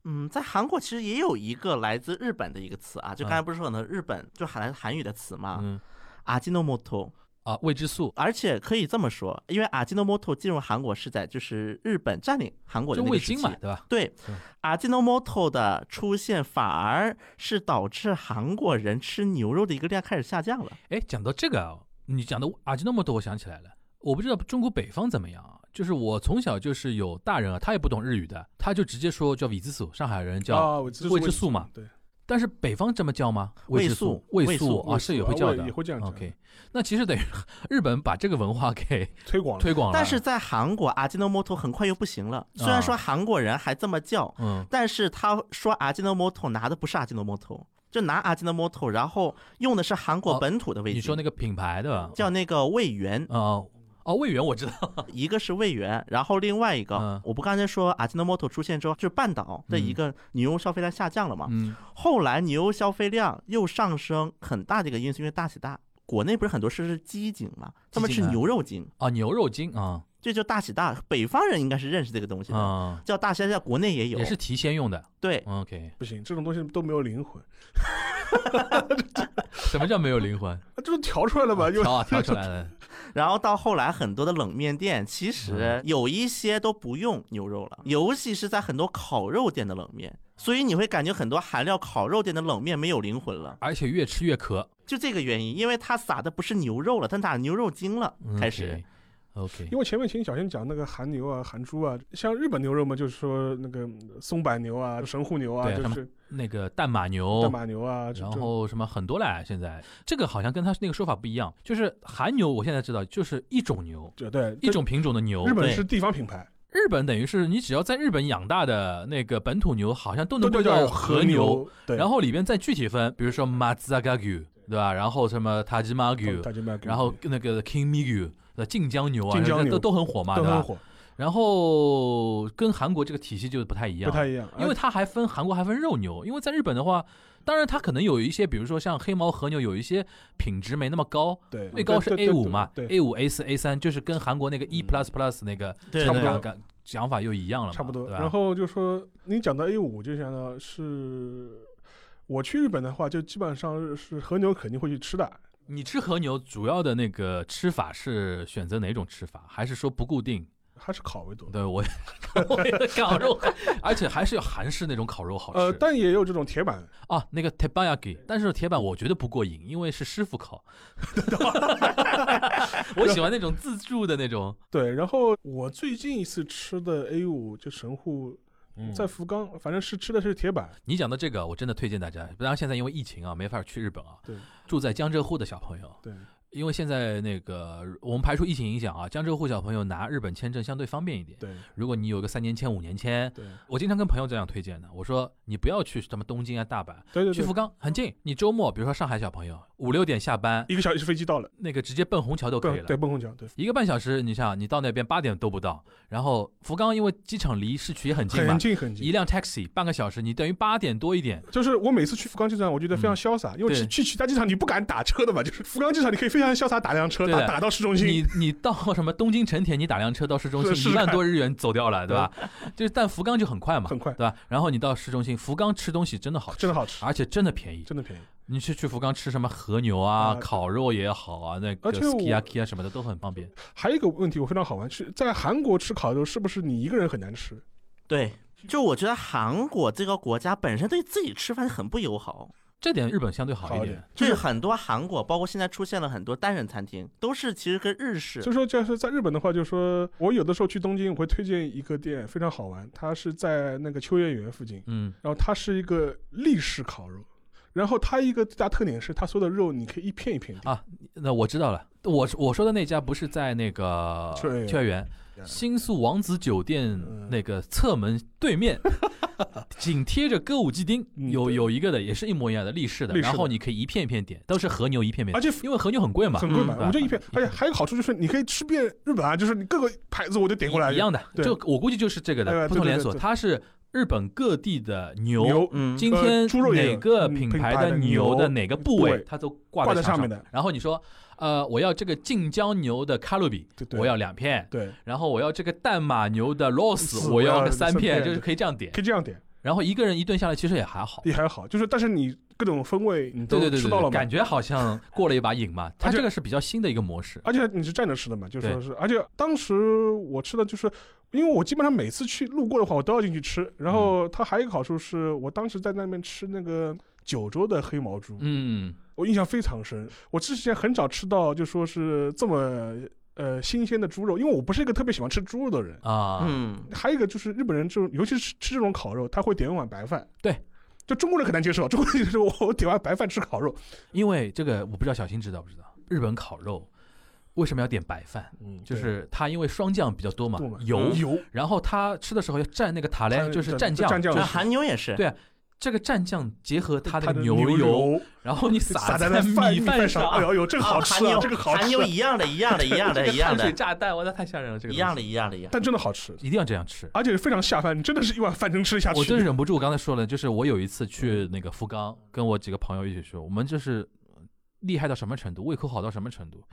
D: 嗯，在韩国其实也有一个来自日本的一个词啊，就刚才不是说呢，日本就喊来自韩语的词嘛，
C: 嗯，
D: 阿基诺莫托。
C: 啊未知数，
D: 而且可以这么说，因为阿基诺摩托进入韩国是在就是日本占领韩国的
C: 就
D: 那个
C: 味
D: 时期
C: 精嘛，对吧？
D: 对
C: 嗯，
D: 阿基诺摩托的出现反而是导致韩国人吃牛肉的一个量开始下降了。
C: 哎，讲到这个啊，你讲的阿基诺摩多，我想起来了，我不知道中国北方怎么样啊。就是我从小就是有大人啊，他也不懂日语的，他就直接说叫米字素，上海人叫，
B: 啊，我知
C: 未知数嘛，
B: 对，
C: 但是北方这么叫吗？知
D: 味素
C: 素，味
D: 味
C: 素
D: 素
C: 啊，
B: 味
C: 是也
B: 素
C: 会
B: 啊
C: 叫
B: 味
C: 的，
B: 也会这样讲
C: OK，那其实等于 *laughs* 日本把这个文化给
B: 推广了
C: 推广了，
D: 但是在韩国，阿基诺摩托很快又不行了。
C: 啊
D: 虽然说韩国人还这么叫，
C: 嗯，
D: 但是他说阿基诺摩托拿的不是阿基诺摩托，就拿阿基诺摩托，然后用的是韩国本土的味精，
C: 哦你说那个品牌对吧？
D: 叫那个味源，
C: 哦哦，味源我知道，
D: 一个是味源，然后另外一个，
C: 嗯
D: 我不刚才说阿基诺摩托出现之后，就是半岛的一个牛肉消费量下降了嘛，
C: 嗯
D: 后来牛肉消费量又上升，很大的一个因素因为大喜大，国内不是很多吃是鸡精嘛，他们
C: 鸡
D: 吃
C: 精啊
D: 牛肉精，
C: 啊，牛肉精啊
D: 这就大喜大，北方人应该是认识这个东西的，
C: 啊，
D: 叫大虾，在国内也有，
C: 也是提鲜用的。
D: 对，
C: OK，
B: 不行，这种东西都没有灵魂，
C: 什么叫没有灵魂？
B: 啊，这都调出来了吧？又
C: 调啊调出来了，
D: 然后到后来，很多的冷面店其实
B: 嗯
D: 有一些都不用牛肉了，尤其是在很多烤肉店的冷面，所以你会感觉很多韩料烤肉店的冷面没有灵魂了，
C: 而且越吃越渴。
D: 就这个原因，因为它撒的不是牛肉了，它撒牛肉精了，开始。
C: 嗯 OK，
B: 因为前面请小仙讲那个韩牛啊、韩猪啊，像日本牛肉嘛，就是说那个松板牛啊、神户牛啊，
C: 对
B: 就
C: 他们
B: 是
C: 那个淡马牛
B: 大，马牛啊，这
C: 然
B: 这
C: 后什么很多嘞。现在这个好像跟他那个说法不一样，就是韩牛，我现在知道就是一种牛，
B: 就对
C: 一。种品种的牛。
B: 这日本
D: 对
B: 是地方品牌，
C: 日本等于是你只要在日本养大的那个本土牛，好像都
B: 都
C: 能
B: 都
C: 归
B: 叫
C: 到
B: 和
C: 和。，
B: 对，
C: 然后里边再具体分，比如说 Mazagagyu，对吧？然后什么 Tajima
B: 他
C: Gyu，
B: 他就卖给
C: 然后那个 King Migu 的晋江牛啊，
B: 晋江牛
C: 都都很火嘛，
B: 都
C: 对
B: 很
C: 吧？
B: 火，
C: 然后跟韩国这个体系就不太一
B: 不
C: 样，
B: 太一样，
C: 因为它还分韩国还分肉牛，因为在日本的话，当然它可能有一些，比如说像黑毛和牛，有一些品质没那么高，
B: 啊对
C: 最高是
B: 对对
C: A 五嘛
B: 对对，
C: ，A 五 A 四 A 三就是跟韩国那个 E plus plus 那个
D: 对
C: 想
D: 对
C: 法
B: 对
C: 感想法又一样了嘛，
B: 差不多。
C: 对吧
B: 然后就说你讲到 A 五，就想到是我去日本的话，就基本上是和牛肯定会去吃的，
C: 你吃和牛主要的那个吃法是选择哪种吃法，还是说不固定？
B: 还是烤为主。
C: 对我， *laughs* 我觉得烤
B: *laughs*
C: 肉，而且还是要韩式那种烤肉好吃。
B: 呃，但也有这种铁板，
C: 啊，那个 t e b a y a k i 但是铁板我觉得不过瘾，因为是师傅烤。我喜欢那种自助的那
B: *laughs*
C: 种，
B: 对。然后我最近一次吃的 A 五就神户，嗯
C: 嗯
B: 在福冈，反正是吃的是铁板，
C: 你讲到这个，我真的推荐大家。当然现在因为疫情啊，没法去日本啊。
B: 对
C: 住在江浙沪的小朋友，
B: 对，
C: 因为现在那个我们排除疫情影响啊，江浙沪小朋友拿日本签证相对方便一点。
B: 对
C: 如果你有个三年签、五年签，
B: 对
C: 我经常跟朋友这样推荐的，我说你不要去什么东京啊、大阪，
B: 对对
C: 去福
B: 对，
C: 冈很近。你周末，比如说上海小朋友五六点下班，
B: 一个小时飞机到了，
C: 那个直接奔虹桥都可以
B: 对
C: 了。
B: 对，蹦空桥，对，
C: 一个半小时，你想，你到那边八点都不到，然后福冈因为机场离市区也很近嘛
B: 很，近很
C: 一
B: 近。
C: 辆 taxi 半个小时，你等于八点多一点，
B: 就是我每次去福冈机场，我觉得非常潇洒，因为去
C: 嗯对
B: 去其他机场你不敢打车的嘛，就是福冈机场你可以非常潇洒打辆车，
C: 对
B: 打
C: 的
B: 打到市中心，
C: 你你到什么东京成田，你打辆车到市中
B: 是
C: 心
B: 是
C: 一万多日元走掉了，对吧？ *laughs* 就是但福冈就很快嘛，
B: 很快
C: 对吧？然后你到市中心，福冈吃东西真的好吃，
B: 真的好吃，
C: 而且真的便宜。
B: 真的便宜。
C: 你去去福冈吃什么和牛啊、
B: 啊
C: 烤肉也好啊，那个
B: 而且我
C: skiaki 啊什么的都很方便。
B: 还有一个问题，我非常好玩，是在韩国吃烤肉是不是你一个人很难吃？
D: 对，就我觉得韩国这个国家本身对自己吃饭很不友好，
C: 这点日本相对好
B: 好
C: 一
B: 一
C: 点
B: 点，，就
D: 就
B: 是是
D: 很多韩国，包括现在出现了很多单人餐厅，都是其实跟日式
B: 就。说就是在日本的话，就说我有的时候去东京，我会推荐一个店，非常好玩，它是在那个秋叶原附近，
C: 嗯，
B: 然后它是一个立式烤肉，然后它一个最大特点是它所有的肉你可以一片一片
C: 啊
B: 点，
C: 那我知道了，我我说的那家不是在那个
B: 秋叶原
C: 秋叶原，新宿王子酒店
B: 嗯
C: 那个侧门
B: *laughs*
C: 对面，紧贴着歌舞伎町，
B: 嗯
C: 有
B: 对
C: 有一个的也是一模一样的立式的，
B: 立式的
C: 然后你可以一片一片点，都是和牛一片片
B: 而，且
C: 因为和牛很贵嘛，
B: 很贵买，
C: 嗯
B: 我就一片，而且
C: 对
B: 还有个好处就是你可以吃遍日本啊，就是你各个牌子我就点过来
C: 一一样的，
B: 对
C: 就我估计就是这个
B: 哎
C: 的
B: 对
C: 普通连
B: 对对
C: 锁，
B: 对
C: 它是日本各地的牛。
B: 牛
D: 嗯，
C: 今
B: 呃
C: 天
B: 猪肉也有
C: 哪个
B: 嗯
C: 品
B: 品
C: 牌
B: 牌
C: 的
B: 的
C: 牛的
B: 牛
C: 哪个部
B: 部
C: 位
B: 位，
C: 它都
B: 挂
C: 挂
B: 在
C: 墙
B: 上
C: 上
B: 面的
C: 然后你说，呃，我要这个晋江牛的卡路比，
B: 对对
C: 我要两片，
B: 对，
C: 然后我要这个淡马牛的 loss，
B: 四
C: 我
B: 我要
C: 要三
B: 三
C: 片，
B: 片
C: 就是可以这样点
B: 可。以这样点
C: 然后一个人一顿下来，其实也还好。
B: 也还好，就是但是你各种风味你
C: 对
B: 都
C: 对对
B: 吃
C: 对
B: 到了
C: 对，
B: 嘛啊
C: 感。觉好像过了一把
B: *laughs*
C: 瘾嘛。它这个是比较新的一个模式，
B: 而且你是站着吃的嘛，就说
C: 对
B: 是，而且当时我吃的就是，因为我基本上每次去路过的话，我都要进去吃。然
C: 嗯
B: 后它还有一个好处是，我当时在那边吃那个九州的黑毛猪，
C: 嗯，
B: 我印象非常深。我之前很少吃到就说是这么呃新鲜的猪肉，因为我不是一个特别喜欢吃猪肉的人。
C: 啊，
D: 嗯，
B: 还有一个就是日本人就尤其是吃这种烤肉，他会点一碗白饭。
C: 对。
B: 就中国人很难接受，中国人就是我我点碗白饭吃烤肉，
C: 因为这个我不知道小新知道不知道，日本烤肉为什么要点白饭？
B: 嗯，
C: 就是它因为霜降比较多嘛
B: 对，
C: 油，
B: 嗯油，
C: 然后它吃的时候要蘸那个塔
B: 蘸
C: 嘞，就是蘸
B: 蘸
C: 酱，
B: 蘸酱
C: 就是
D: 那啊韩牛也是，
C: 对这个蘸酱结合它
B: 它
C: 的
B: 的
C: 牛油，
B: 油
C: 然后你
B: *laughs* 撒
C: 在
B: 在那
C: 米
B: 饭
C: 上，
B: 哎呦呦，这个好吃
D: 啊，
B: 啊，
D: 韩
B: 这个好
D: 牛，韩
B: 吃
D: 牛
B: 啊，
D: 一样的，一样的，一
B: *laughs*
D: 样
B: 哎
C: *laughs*
D: 的，
C: 这
D: 一
C: 个
D: 样
C: 碳
D: 的
C: 水，炸弹，哇，那太吓人了，这个
D: 一样
C: 东
D: 的，一样的，一样的。
B: 但真的好吃，
C: 西一定要这样吃。
B: 而且非常下饭，你真的是一碗饭能吃得下去。
C: 我真忍不住，我刚才说了，就是我有一次去那个福冈，跟我几个朋友一起去，我们就是呃厉害到什么程度，胃口好到什么程度，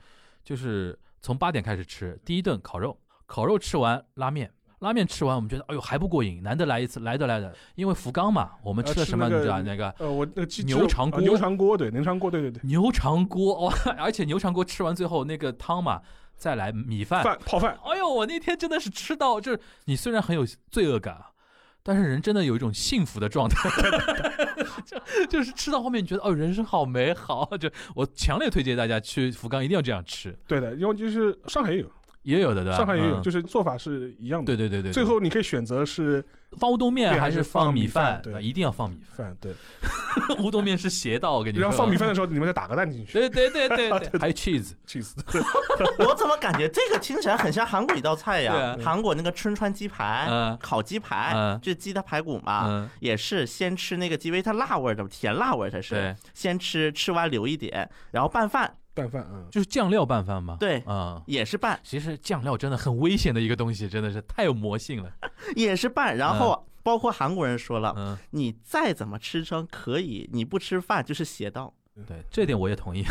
C: 就是从八点开始吃第一顿烤肉，烤肉吃完拉面。拉面吃完，我们觉得哎呦还不过瘾，难得来一次，来的来的，因为福冈嘛，我们
B: 呃
C: 吃了
B: 吃
C: 什么
B: 那
C: 你
B: 个
C: 知道那个
B: 呃，我那个鸡
C: 牛肠锅
B: 呃牛肠锅对，牛肠锅对对对，
C: 牛肠锅哇， *laughs* 而且牛肠锅吃完最后那个汤嘛，再来米饭，
B: 饭泡饭，
C: 哎呦，我那天真的是吃到，就是你虽然很有罪恶感，啊，但是人真的有一种幸福的状态， *laughs* 就就是吃到后面你觉得哦，人生好美好。 *laughs* 就我强烈推荐大家去福冈一定要这样吃，
B: 对的，因为就是上海也有，
C: 也有的对吧？
B: 上海也有，
C: 嗯
B: 就是做法是一样的。
C: 对对对对，
B: 最后你可以选择是
C: 放乌冬面
B: 对还
C: 是
B: 是
C: 放
B: 放
C: 米
B: 米饭
C: 饭，
B: 对
C: 一定要放米
B: 饭对，
C: 饭， *laughs* 乌冬面是邪道，我跟你说。
B: 然后放米饭的时候，你们再打个蛋进去
C: 对。对对
B: *laughs*
C: 对对，还有 cheese，
B: ，cheese。
D: *laughs* 我怎么感觉这个听起来很像韩国一道菜
C: 对
D: 呀
C: 啊？
D: 韩国那个春川鸡排
C: 嗯、
D: 烤鸡排
C: 嗯，
D: 就鸡的排骨嘛，
C: 嗯，
D: 也是先吃那个鸡，因为它辣味儿的，甜辣味儿它
C: 对
D: 是，先吃，吃完留一点，然后拌饭
B: 拌饭啊，
C: 就是酱料拌饭嘛。
D: 对
C: 嗯。
D: 也是拌， *laughs*
C: 其实酱料真的很危险的一个东西，真的是太有魔性了。
D: 也是拌，然后包括韩国人说了，
C: 嗯，
D: 你再怎么吃撑可以，你不吃饭就是邪道。
C: 对，这点我也同意。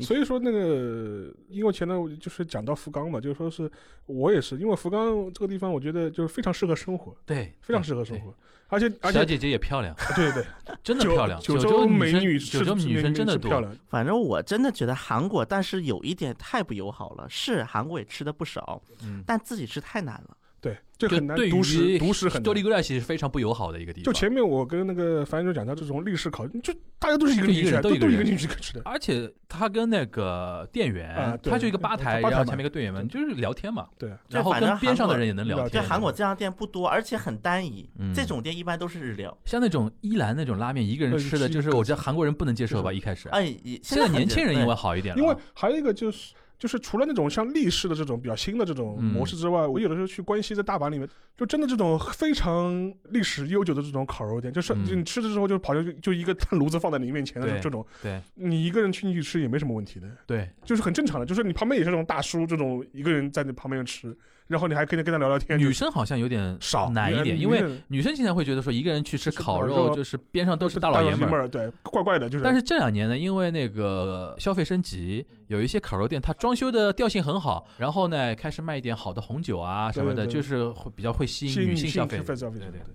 B: 所以说那个，因为前段我就是讲到福冈嘛，就是说是我也是，因为福冈这个地方，我觉得就是非常适合生活，
C: 对，
B: *laughs* 非常
C: 对
B: 适合生。活
C: 对，
B: 而且而且
C: 小姐姐也漂亮，
B: 对对，
C: 真
B: *laughs*
C: 的
B: 九
C: 漂亮。
B: 九
C: 州
B: 州美
C: 女
B: 是
C: 生，九州
B: 是
C: 女生
B: 美
C: 真的
B: 是
C: 多
B: 漂。亮，
D: 反正我真的觉得韩国，但是有一点太不友好了，是韩国也吃的不少，
C: 嗯，
D: 但自己吃太难了。
B: 对，就
C: 就
B: 很难
C: 对
B: 独
C: 于
B: 食，独食很
C: 多利
B: 难。
C: 古拉其实非常不友好的一个地方。
B: 就前面我跟那个樊振中讲到这种历史考，就大家都是一个
C: 就
B: 进
C: 一个
B: 去的，
C: 人都
B: 都
C: 一个
B: 都一个
C: 人
B: 进去吃的。
C: 而且他跟那个店员
B: 啊，对
C: 他就一个吧台，
B: 吧台
C: 然后
B: 嘛
C: 前面一个队员们就是聊天嘛，
B: 对啊，
C: 然后
D: 反正
C: 跟边上的
D: 韩国
C: 人也能聊
B: 聊
C: 天
D: 对，
B: 天
C: 的。
D: 韩国这样的店不多，而且很单一
C: 嗯。
D: 这种店一般都是日料。
C: 像那种伊兰那种拉面，一个人
B: 呃
C: 吃的，
B: 是
C: 就是我觉得韩国人不能接受吧，一开始。
D: 哎，
C: 现在
D: 很
C: 年轻人因为
D: 对
C: 好一点了
B: 因
C: 啊，
B: 为还有一个就是。就是除了那种像立式的这种比较新的这
C: 嗯
B: 种模式之外，我有的时候去关西在大阪里面，就真的这种非常历史悠久的这种烤肉店，就是
C: 嗯
B: 就你吃的时候就跑就就一个 *laughs* 炭炉子放在你面前的
C: 对
B: 这种，
C: 对
B: 你一个人去进去吃也没什么问题的，
C: 对，
B: 就是很正常的。就是你旁边也是这种大叔这种一个人在你旁边吃，然后你还可以跟他聊聊天，
C: 女生好像有点
B: 少
C: 难一
B: 女
C: 点，因为
B: 人
C: 女生现在会觉得说一个人去吃
B: 吃
C: 烤
B: 烤
C: 肉，
B: 肉
C: 就是边上都是大
B: 老
C: 老爷们
B: 们
C: 儿。
B: 儿，对，怪怪的，就是。
C: 但是这两年呢，因为那个消费升级，有一些烤肉店它装修的调性很好，然后呢开始卖一点好的红酒啊什么的，
B: 对对对
C: 就是会比较会吸
B: 吸
C: 引
B: 引
C: 女
B: 女
C: 性消费
B: 消。消费
C: 对
B: 者
C: 对
B: 对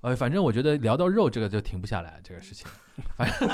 C: 呃，反正我觉得聊到肉这个就停不下来这个事情。反正，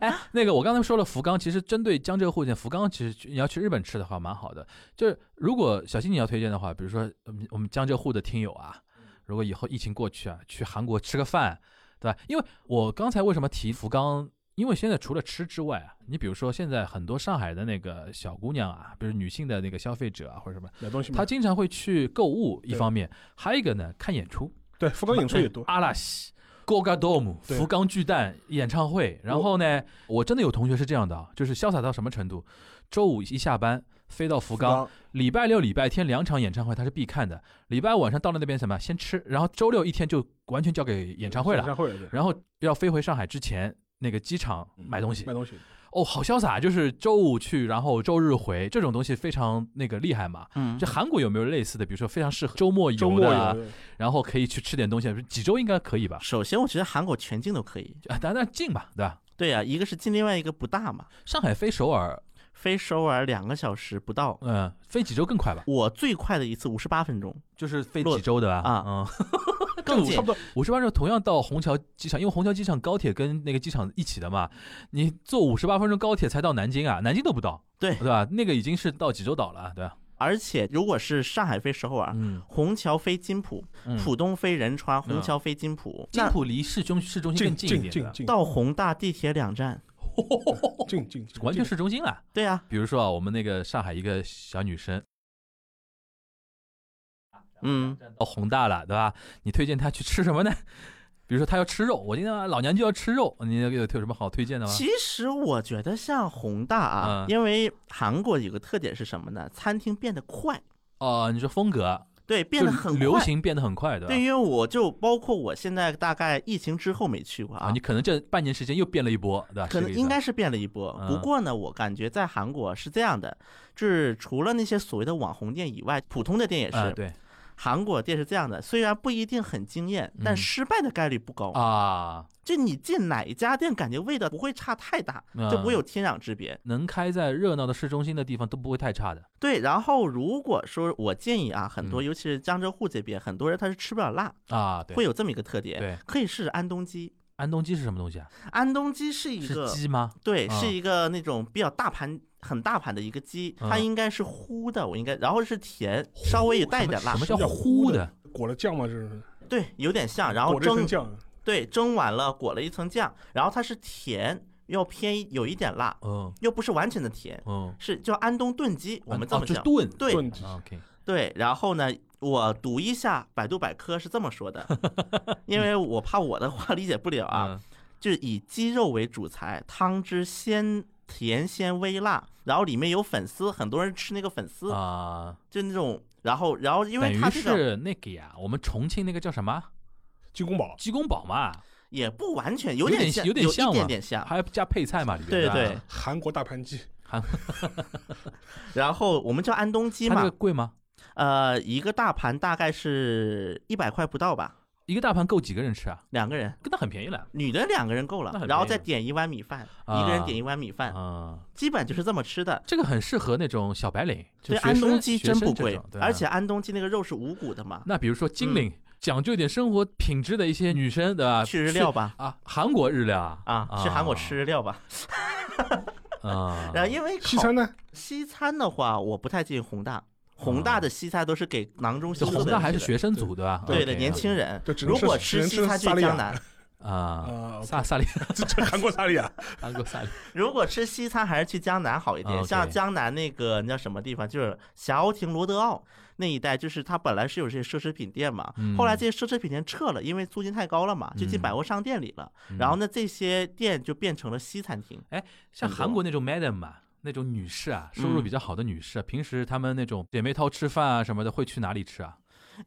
C: 哎，那个我刚才说了福冈，其实针对江浙沪呢，福冈其实去你要去日本吃的话蛮好的。就是如果小新你要推荐的话，比如说嗯我们江浙沪的听友啊，如果以后疫情过去啊，去韩国吃个饭，对吧？因为我刚才为什么提福冈？因为现在除了吃之外啊，你比如说现在很多上海的那个小姑娘啊，比如女性的那个消费者啊或者什么，
B: 买东西嘛。
C: 她经常会去购物，一
B: 对
C: 方面，还有一个呢看演出。
B: 对福冈演出也多，
C: 阿拉西。g o g a Dome
B: 对
C: 福冈巨蛋演唱会，然后呢，我真的有同学是这样的啊，就是潇洒到什么程度，周五一下班飞到福
B: 福
C: 冈，礼拜六、礼拜天两场演唱会他是必看的，礼拜晚上到了那边什么先吃，然后周六一天就完全交给演唱会
B: 演
C: 了，
B: 唱会对
C: 然后要飞回上海之前那个机场买东西
B: 嗯买，东西，
C: 哦，好潇洒，就是周五去，然后周日回，这种东西非常那个厉害嘛。
D: 嗯
C: 就，韩国有没有类似的，比如说非常适合周末
B: 周
C: 游
B: 末
C: 的啊，
B: 有
C: 然后可以去吃点东西，几周应该可以吧？
D: 首先我觉得韩国全境都可以。
C: 啊，当然近吧，对吧？
D: 对呀、一个是近，另外一个不大嘛。
C: 上海飞首尔
D: 飞首尔两个小时不到，
C: 嗯，飞几周更快吧？
D: 我最快的一次五十八分钟，
C: 就是飞
D: 落
C: 几周的吧？
D: 啊
C: 嗯，
D: 更
B: 差
D: 近
B: 不。多
C: 五十八周同样到虹桥机场，因为虹桥机场高铁跟那个机场一起的嘛，你坐五十八分钟高铁才到南京啊，南京都不到，
D: 对
C: 对吧？那个已经是到济州岛了，啊对吧？
D: 而且如果是上海飞首尔，
C: 嗯，
D: 虹桥飞金浦，
C: 嗯
D: 啊浦东飞仁川，虹
C: 嗯
D: 桥飞金浦，
C: 金
D: 那
C: 浦离市中市中心
B: 近
C: 更
B: 近
C: 一点
B: 近
C: 的，
B: 近
D: 到宏大地铁两站。
B: 近近，近
C: *laughs* 完全市中心了。
D: 对啊，
C: 比如说啊，我们那个上海一个小女生
D: 嗯，
C: 到宏大了，对吧？你推荐她去吃什么呢？ *laughs* 比如说她要吃肉，我今天老娘就要吃肉，你有有什么好推荐的吗？
D: 其实我觉得像宏大啊，
C: 嗯
D: 因为韩国有个特点是什么呢？餐厅变得快，
C: 哦、你说风格
D: 对，变得很
C: 就流
D: 快。
C: 行，变得很快，对吧？
D: 对，因为我就包括我现在大概疫情之后没去过
C: 啊，
D: 啊
C: 你，可能这半年时间又变了一波，对吧？是这
D: 可能
C: 个意思啊
D: 应该是变了一波。不
C: 嗯
D: 过呢，我感觉在韩国是这样的，就是除了那些所谓的网红店以外，普通的店也
C: 啊、
D: 是。
C: 对
D: 韩国店是这样的，虽然不一定很惊艳，但
C: 嗯
D: 失败的概率不高。
C: 啊，
D: 就你进哪一家店，感觉味道不会差太大，
C: 嗯
D: 就不会有天壤之别。
C: 能开在热闹的市中心的地方都不会太差的。
D: 对，然后如果说我建议啊，很多
C: 嗯
D: 尤其是江浙沪这边，很多人他是吃不了辣，
C: 啊，对
D: 会，有这么一个特点。
C: 对，
D: 可以试试安东鸡。
C: 安东鸡是什么东西啊？
D: 安东鸡是一
C: 是
D: 个，
C: 鸡吗？
D: 对，
C: 啊
D: 是一个那种比较大盘、很大盘的一个鸡，它
C: 嗯
D: 应该是糊的，我应该，然后是甜，稍微有带一点辣
C: 什，么
B: 叫
C: 叫
B: 糊
C: 糊
B: 的
C: 的？
B: 裹了酱嘛，这是
D: 对，有点像，然后
B: 裹了一层
D: 蒸，
B: 酱，
D: 对，蒸完了裹了一层酱，然后它是甜，又偏有一点辣，
C: 嗯
D: 又不是完全的甜，
C: 嗯，
D: 是叫安东炖鸡，我们这
C: 哦
D: 么
C: 就
D: 讲。
C: 炖
D: 对
B: 炖鸡
C: 啊，OK，
D: 对，然后呢，我读一下百度百科是这么
C: *laughs*
D: 说的，因为我怕我的话理解不了啊，
C: 嗯，
D: 就是以鸡肉为主材，汤汁鲜甜鲜微辣，然后里面有粉丝，很多人吃那个粉丝，
C: 啊，
D: 就那种，然后然后因
C: 等
D: 为它
C: 于
D: 这个
C: 是那个呀，我们重庆那个叫什么
B: 鸡公煲，
C: 鸡公煲嘛，
D: 也不完全，有
C: 有点
D: 像，
C: 有
D: 有
C: 点像
D: 一点
C: 嘛
D: 点像，
C: 还要加配菜嘛里面。
D: 啊对
C: 吧
D: 对，。
B: 韩国大盘鸡，
D: 然后我们叫安东鸡
C: 它这
D: 嘛
C: 个，贵吗？
D: 呃，一个大盘大概是一百块不到吧，
C: 一个大盘够几个人吃啊？
D: 两个人。
C: 那很便宜了。
D: 女的两个人够
C: 那
D: 了，
C: 很
D: 然后
C: 便宜
D: 再
C: 了
D: 点一碗米饭，一个人点一碗米饭，
C: 啊，
D: 基本就是这么吃的。
C: 这个很适合那种小白领，就
D: 对，
C: 学
D: 安东
C: 生
D: 鸡
C: 学
D: 真
C: 生
D: 不
C: 这
D: 贵
C: 种，对啊吧
D: 而且安东鸡那个肉是无骨的嘛，
C: 那比如说金陵，讲究一点生活品质的一些女生，对吧？
D: 去日料吧，
C: 啊，韩国日料啊，
D: 啊，去韩国吃日料吧。
C: 啊，
D: *laughs* 然后因为
B: 西
D: 烤
B: 餐呢？
D: 西餐的话，我不太建议宏大，宏大的西餐都是给囊中羞
C: 啊就宏
D: 涩的人
C: 大还是
D: 去的
C: 学生组对吧？
D: 对
C: OK，
D: 的年轻人
B: 对只，能
D: 如
B: 吃
D: 果
B: 只能
D: 西
B: 吃
D: 餐去
B: 萨莉亚
D: 江南，哦
C: 啊，
B: 啊，
C: 萨萨利 *laughs*
B: 这 *laughs* 这韩国啊萨莉亚，
C: 韩国萨利
D: 如果吃西餐还是去江南好一点。
C: 啊 OK
D: 像江南那个那叫什么地方，就是霞亭罗德奥那一带，就是它本来是有这些奢侈品店嘛，
C: 嗯
D: 后来这些奢侈品店撤了，因为租金太高了嘛，就进
C: 嗯
D: 百货商店里了。然后呢，这些店就变成了西餐厅。
C: 像
D: 很
C: 韩
D: 多
C: 国那种 madam 嘛。那种女士啊，收入
D: 嗯
C: 比较好的女士，啊，平时她们那种姐妹淘吃饭啊什么的，会去哪里吃啊？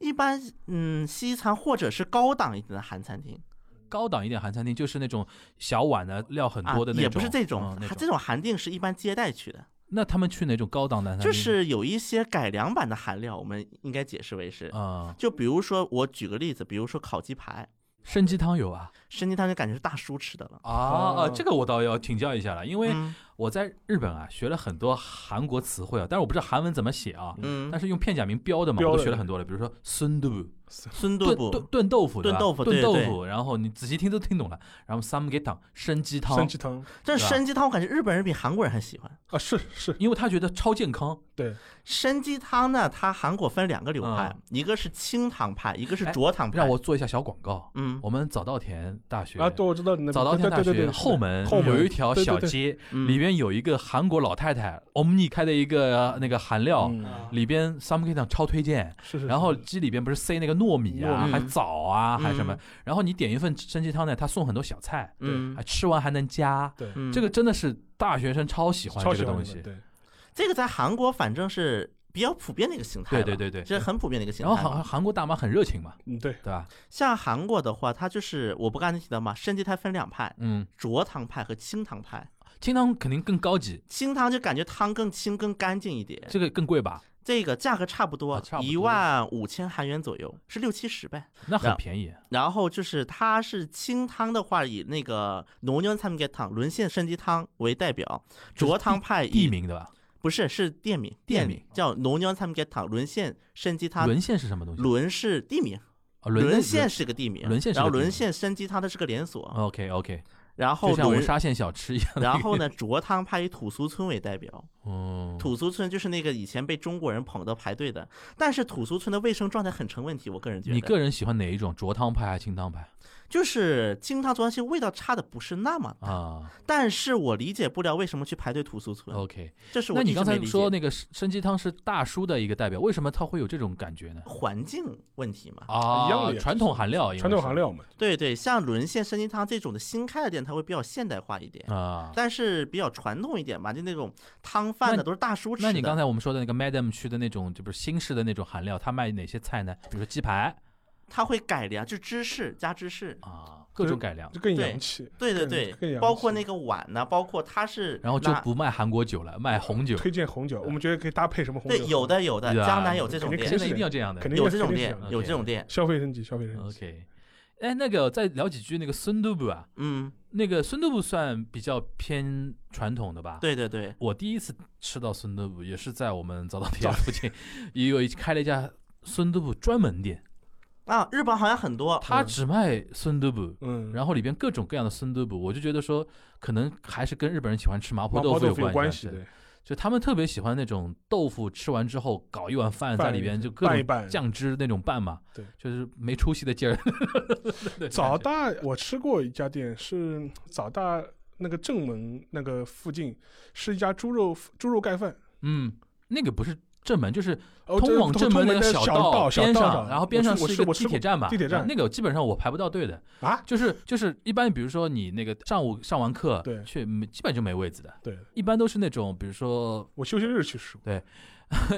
D: 一般，嗯，西餐或者是高档一点的韩餐厅
C: 高档一点韩餐厅就是那种小碗的料很
D: 啊
C: 多的，那种，
D: 也不是这种
C: 嗯，那
D: 它这
C: 种。
D: 种韩定是一般接待去的，
C: 那他们去哪种高档的韩餐
D: 就
C: 厅？
D: 是有一些改良版的韩料，我们应该解释为是。
C: 啊，
D: 就比如说，我举个例子，比如说烤鸡排，
C: 参鸡汤有啊，
D: 参鸡汤就感觉是大叔吃的了。
C: 啊
B: 哦
C: 啊，这个我倒要请教一下了，因为
D: 嗯
C: 我在日本啊学了很多韩国词汇啊，但是我不知道韩文怎么写啊，
D: 嗯
C: 但，是用片假名标的嘛，
B: 标
C: 我
B: 的
C: 都学了很多了，比如说孙豆腐
D: 孙杜
C: 炖炖炖
D: 甫，
C: 豆腐，对吧
D: 炖豆腐
C: 炖
D: 对
C: 豆
D: 对
C: 腐，然后你仔细听都听懂了，然后 some g e t a n 参鸡
B: 参
C: 汤
B: 鸡，汤
D: 这
C: 是吧
D: 参鸡汤我感觉日本人比韩国人还喜欢。
B: 啊，是是，
C: 因为他觉得超健康，
B: 对，
D: 参鸡汤呢，它韩国分两个流派
C: 嗯，
D: 一个是清汤派，一个是
C: 哎
D: 浊汤派。
C: 让我做一下小广告，
D: 嗯
C: 我们早稻田大学
B: 啊，对，我知道你那
C: 早稻田大
B: 对对对
C: 学
B: 对
C: 后门
B: 后门
C: 有一条
B: 对对
C: 小
B: 对
C: 街，
D: 嗯
C: 里边有一个韩国老太太 Omni 开的一个那个韩料，
B: 嗯
C: 里边 some g e t a n 超推荐。
B: 是是，
C: 然后鸡里边不是塞那个糯米
D: 糯
C: 啊，
D: 米
C: 还枣啊，还什么
D: 嗯？
C: 然后你点一份参鸡汤呢，他送很多小菜，
D: 嗯
C: 还吃完还能加。
B: 对，
D: 嗯
C: 这个真的是大学生超喜欢
B: 超
C: 这
B: 喜
C: 个
B: 欢
C: 东
B: 的
C: 西。
B: 对，
D: 这个在韩国反正是比较普遍的一个形态
C: 对
D: 吧，
C: 对对对
D: 这是很普遍的一个形
C: 然后
D: 态啊嘛。
C: 韩韩国大妈很热情嘛，
B: 嗯对，
C: 对吧？
D: 像韩国的话，它就是我不刚才提到嘛，参鸡汤分两派，
C: 嗯，
D: 浊汤派和清汤派。
C: 清汤肯定更高级，
D: 清汤就感觉汤更清更干净一点，
C: 这个更贵吧？
D: 这个价格差不多
C: 啊差，不多
D: 一万五千韩元左右，是六七十呗。
C: 那很
D: 那
C: 便宜。
D: 然后就是它是清汤的话，以那个浓牛参鸡汤、沦陷参鸡汤为代表，
C: 就是
D: 浊汤派以
C: 地名对吧？
D: 不是是店名，
C: 店名
D: 名叫浓牛参鸡汤、沦陷参鸡汤。
C: 沦陷是什么东西？
D: 沦是地名，
C: 啊
D: 沦
C: 沦
D: 陷。是个地名，
C: 沦陷是
D: 然
C: 个
D: 后
C: 地名
D: 沦陷参鸡汤它是个连锁，
C: OK OK，
D: 然后
C: 就像我们
D: 沦，
C: 沙县小吃一 *laughs* 样。
D: 然后呢浊汤派以土苏村为代表，
C: 嗯，
D: 土苏村就是那个以前被中国人捧到排队的，但是土苏村的卫生状态很成问题，我个人觉得，
C: 你个人喜欢哪一种？浊汤派还是清汤
D: *laughs*
C: 派
D: 就是清汤浊汤其实味道差的不是那么大，
C: 啊
D: 但是我理解不了为什么去排队土苏村，
C: ？OK，
D: 这是我
C: 哦那你
D: 一直
C: 刚才
D: 没理
C: 说
D: 解
C: 那个参参鸡汤是大叔的一个代表，为什么他会有这种感觉呢？
D: 环境问题嘛。
C: 啊，
B: 一样的呀
C: 传统含料，应该
B: 传统
C: 是
B: 含料嘛，
D: 对对，像沦陷参鸡汤这种的新开的店，它会比较现代化一点，
C: 啊。
D: 但是比较传统一点吧，就那种汤饭
C: 那
D: 的都是大叔吃的。
C: 那你刚才我们说的那个 Madam 区的那种，就不是新式的那种含料，他卖哪些菜呢？比如说鸡排
D: 他会改良，就芝士加芝士，
C: 啊，各种改良，
B: 就更
D: 对
B: 洋气。
D: 对对
B: 更更
D: 对，
B: 洋
D: 包括那
B: 气
D: 个碗呢，包括它是
C: 然后就
D: 拿
C: 不卖韩国酒了，卖哎
B: *laughs*
C: 红酒。
B: 推荐红酒，我们觉得可以搭配什么红酒
D: 对
B: 喝？
D: 有的有的，
C: 对啊
D: 江南有这种
B: 肯定
C: 现
D: 店，
C: 在一定要这样的
B: 肯。定
D: 有
B: 是
D: 这种
B: 肯定是
D: 店
B: 有，
D: 嗯
B: 的
D: 有这种店，
B: 消费升级，消费升级。
C: OK，哎，那个再聊几句那个孙都布啊，
D: 嗯，
C: 那个孙都布算比较偏传统的吧？。
D: 对对对，
C: 我第一次吃到孙都布也是在我
B: *laughs*
C: 们早稻田附近，也有一开了一家孙都布专门店，
B: 嗯
D: 啊，日本好像很多，
C: 他只卖孙都布，
B: 嗯，
C: 然后里边各种各样的孙都布，我就觉得说，可能还是跟日本人喜欢吃麻婆
B: 麻
C: 豆
B: 婆
C: 腐
B: 豆腐有
C: 关啊
B: 关系，
C: 对
B: 对，
C: 就他们特别喜欢那种豆腐吃完之后搞一碗饭
B: 拌
C: 在里边，就各
B: 拌一
C: 种
B: 拌。
C: 酱汁那种拌嘛，
B: 对，
C: 就是没出息的劲儿。 *laughs* 对
B: 早大我吃过一家店，是早大那个正门那个附近，是一家猪肉猪肉盖饭。
C: 嗯，那个不是正门，就是
B: 哦，
C: 通往正门
B: 门
C: 那个
B: 小
C: 道
B: 小
C: 边
B: 道
C: 上，然后边上
B: 我
C: 是
B: 吃
C: 一个
B: 过
C: 地铁站吧，
B: 地铁站
C: 那个基本上我排不到队的，
B: 啊，
C: 就是就是一般，比如说你那个上午上完课，
B: 对
C: 去没基本就没位子的，
B: 对
C: 一般都是那种比如说 *laughs*
B: 我休息日去吃过。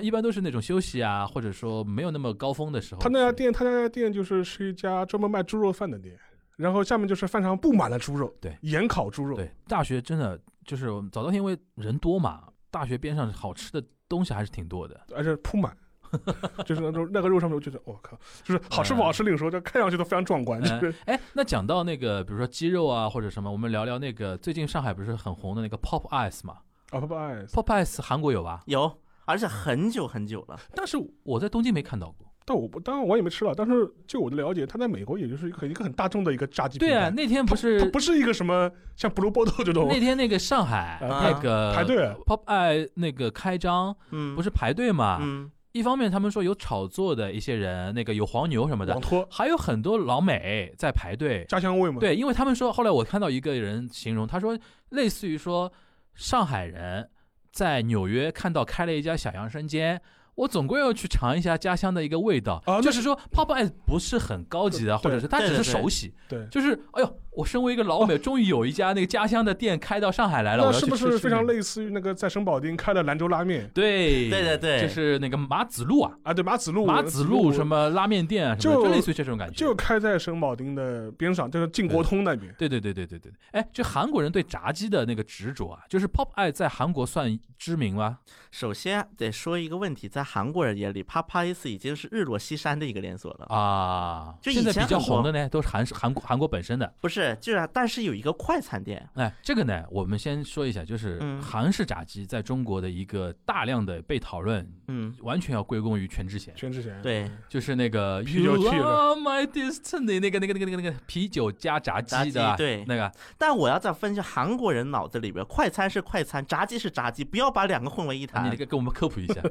C: 一般都是那种休息啊，或者说没有那么高峰的时候去，
B: 他那家店，他那家店就是是一家专门卖猪肉饭的店，然后下面就是饭上布满了猪肉，
C: 对
B: 盐烤猪肉，
C: 对大学真的就是我们早稻田，因为人多嘛，大学边上好吃的东西还是挺多的。
B: 而且铺满。 *laughs* 就是那种那个肉上面，我觉得我、靠，就是好吃不好吃另说，就看上去都非常壮观，就
C: 嗯
B: 是
C: 哎，那讲到那个，比如说鸡肉啊，或者什么，我们聊聊那个最近上海不是很红的那个 Pop Ice 嘛
B: 啊不不爱。
C: ？Pop Ice 韩国有吧？
D: 有，而且很久很久了，
C: 但是我在东京没看到过。
B: 但我不，当然我也没吃了，但是就我的了解，它在美国也就是一个一个很大众的一个炸鸡品
C: 对
B: 牌。
C: 啊，那天
B: 它
C: 不是
B: 它不是一个什么像 Blue Bottle 这种
C: 那天那个上海
B: 呃
C: 那
D: 排
C: 个
B: 排队
C: Pop Eye 那个开张
D: 嗯，
C: 不
D: 是，
C: 是排队嘛？
D: 嗯，
C: 一方面他们说有炒作的一些人，那个有黄牛什么
B: 网
C: 的，
B: 托
C: 还有很多老美在排队。
B: 家乡味嘛。
C: 对，因为他们说，后来我看到一个人形容，他说类似于说上海人在纽约看到开了一家小洋生煎。我总归要去尝一下家乡的一个味道，
B: 啊那
C: 就是说 Pop Ice 不是很高级的，或者是它
D: 对
C: 只是
D: 对对
C: 熟悉，
B: 对，啊
C: 就是哎呦，我身为一个老美，终于有一家那个家乡的店开到上海来了，我
B: 那
C: 要
B: 是
C: 去
B: 不
C: 吃
B: 是
C: 吃
B: 非常
C: 那个？
B: 类似于那个在神保町开的兰州拉面
C: 对
D: 对对对
C: 就是那个马子路啊，
B: 啊？对，马子路
C: 马子路什
B: 么
C: 么拉面店啊，什么的
B: 就
C: 就类似于这种感觉。
B: 就开在神保町的边上，就是进国通那边。
C: 对对对对对对，哎，就韩国人对炸鸡的那个执着啊，就是 Pop Eye 在韩国算知名吗？
D: 首先得说一个问题，在韩国人眼里，Popeyes 已经是日落西山的一个连锁了，
C: 啊，
D: 就以
C: 现在
D: 前
C: 比较
D: 很多
C: 红的呢，都是韩韩国韩国本身的。
D: 不是，就是，但是有一个快餐店，
C: 哎，这个呢，我们先说一下，就是
D: 嗯
C: 韩式炸鸡在中国的一个大量的被讨论，
D: 嗯，
C: 完全要归功于全智贤。
B: 全智贤
D: 对，
C: 就是那个
B: 啤酒
C: You
B: 气的
C: are my destiny 那个那个那个那个那个啤酒加炸
D: 炸
C: 鸡
D: 鸡
C: 的啊，
D: 对
C: 那个
D: 但我要再分析韩国人脑子里边，快餐是快餐，炸鸡是炸鸡，不要把两个混为一
C: 你
D: 谈
C: 得。给给我们科普一下，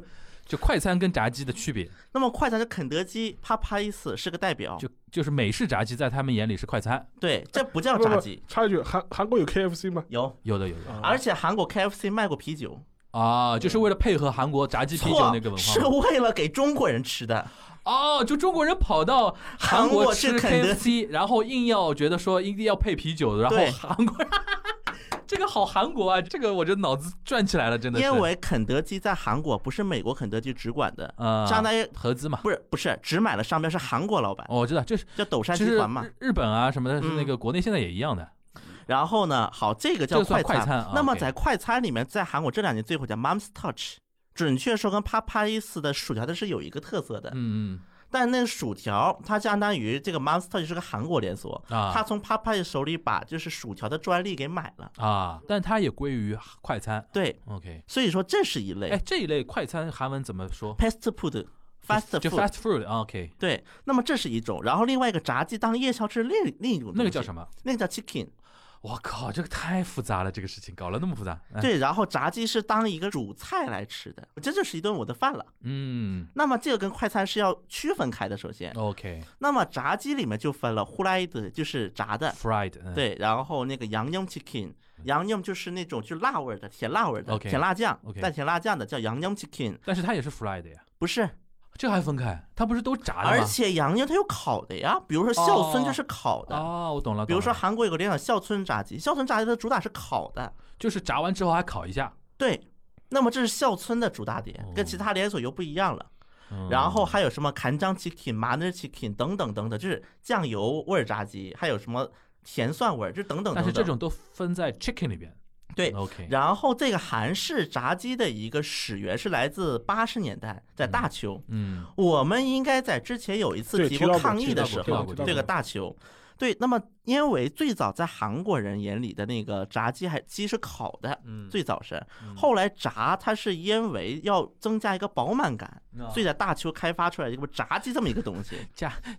C: 就快餐跟炸鸡的区
D: *laughs*
C: 别，
D: 那么快餐是肯德基、帕帕伊斯是个代表，
C: 就就是美式炸鸡在他们眼里是快餐，
D: 对，
C: *laughs*
D: 这不叫
B: 不不
D: 炸
B: 不
D: 鸡，
B: 插一句，韩韩国有 KFC 吗？啊
D: 有，
C: 有的有的
D: 而且韩国 KFC 卖过啤酒，
C: 啊，就是为了配合韩国炸鸡啤酒
D: 嗯错
C: 那个文，化
D: 是
C: 吗
D: 为了给中国人吃
C: *laughs*
D: 的，
C: 哦，就中国人跑到韩
D: 国
C: 吃
D: 是肯德
C: KFC，然后硬要觉得说一定要配啤酒，然后
D: 对
C: 韩国。 *laughs* 这个好韩国啊！这个我这脑子转起来了，真的是。
D: 因为肯德基在韩国不是美国肯德基直管的，
C: 呃，
D: 相当于
C: 合资嘛，
D: 不是不是只买了商标是韩国老板，
C: 哦我知道，就是
D: 叫斗山
C: 其
D: 集
C: 实
D: 团嘛。
C: 日日本啊什么的，是那
D: 嗯
C: 个国内现在也一样的。
D: 然后呢，好，这个
C: 这
D: 叫
C: 算
D: 快
C: 快餐啊
D: 那么
C: OK
D: 在快餐里面，在韩国这两年最火叫 Mom's Touch，准确说跟啪啪伊斯的薯条它是有一个特色的，
C: 嗯
D: 但那个薯条它相当于这个 Monster 就是个韩国连锁，
C: 嗯啊
D: 他从 Papa 手里把就是薯条的专利给买了，
C: 啊，但它也归于快餐。
D: 对，
C: OK，
D: 所以说这是一
C: 哎，
D: 类
C: 这一类快餐韩文怎么说
D: fast food fast
C: 就
D: food，
C: fast food 啊。OK，
D: 对，那么这是一种，然后另外一个炸鸡当夜宵是另另一种，
C: 那个叫什
D: 么？
C: 么？
D: 那个叫 chicken，
C: 我靠，这个太复杂了，这个事情搞了那么复杂。哎，
D: 对，然后炸鸡是当一个主菜来吃的，这就是一顿我的饭了。
C: 嗯
D: 那么这个跟快餐是要区分开的，首先，
C: 哦，OK，fried，
D: 那么炸鸡里面就分了呼啦伊的，就是炸的，
C: 嗯
D: 呃对，然后那个洋葱 chicken，洋葱就是那种就辣味儿的，甜辣味儿的
C: OK，
D: 甜辣酱
C: OK
D: 带甜辣酱的叫洋葱 chicken，
C: 但是它也是 fried 的呀，
D: 不是，
C: 这还分开？它不是都炸的吗？
D: 而且洋葱它有烤的呀，比如说孝村就是烤的，
C: 哦，我懂了，
D: 比如
C: 懂
D: 说
C: 了
D: 韩国有个连锁孝村炸鸡，孝村炸鸡的主打是烤的，
C: 就是炸完之后还烤一下，
D: 对。那么这是孝村的主打点
C: 哦，
D: 跟其他连锁又不一样了。
C: 嗯
D: 然后还有什么간장 chicken、麻嫩 chicken 等等等等，就是酱油味儿炸鸡，还有什么甜蒜味儿，就等等等
C: 但
D: 等。
C: 是这种都分在 chicken 里边。
D: 对
C: ，OK，
D: 然后这个韩式炸鸡的一个始源是来自八十年代，在大邱。
C: 嗯
D: 我们应该在之前有一次
B: 对
D: 提
B: 提到过
D: 抗议的时
C: 提到
D: 候
C: 过，提到过
D: 这个大邱。对，那么因为最早在韩国人眼里的那个炸鸡还鸡是烤的，
C: 嗯，
D: 最早是，
C: 嗯
D: 后来炸它是因为要增加一个饱满感，
C: 那
D: 所以在大邱开发出来一个炸鸡这么一个东
C: *laughs*
D: 西。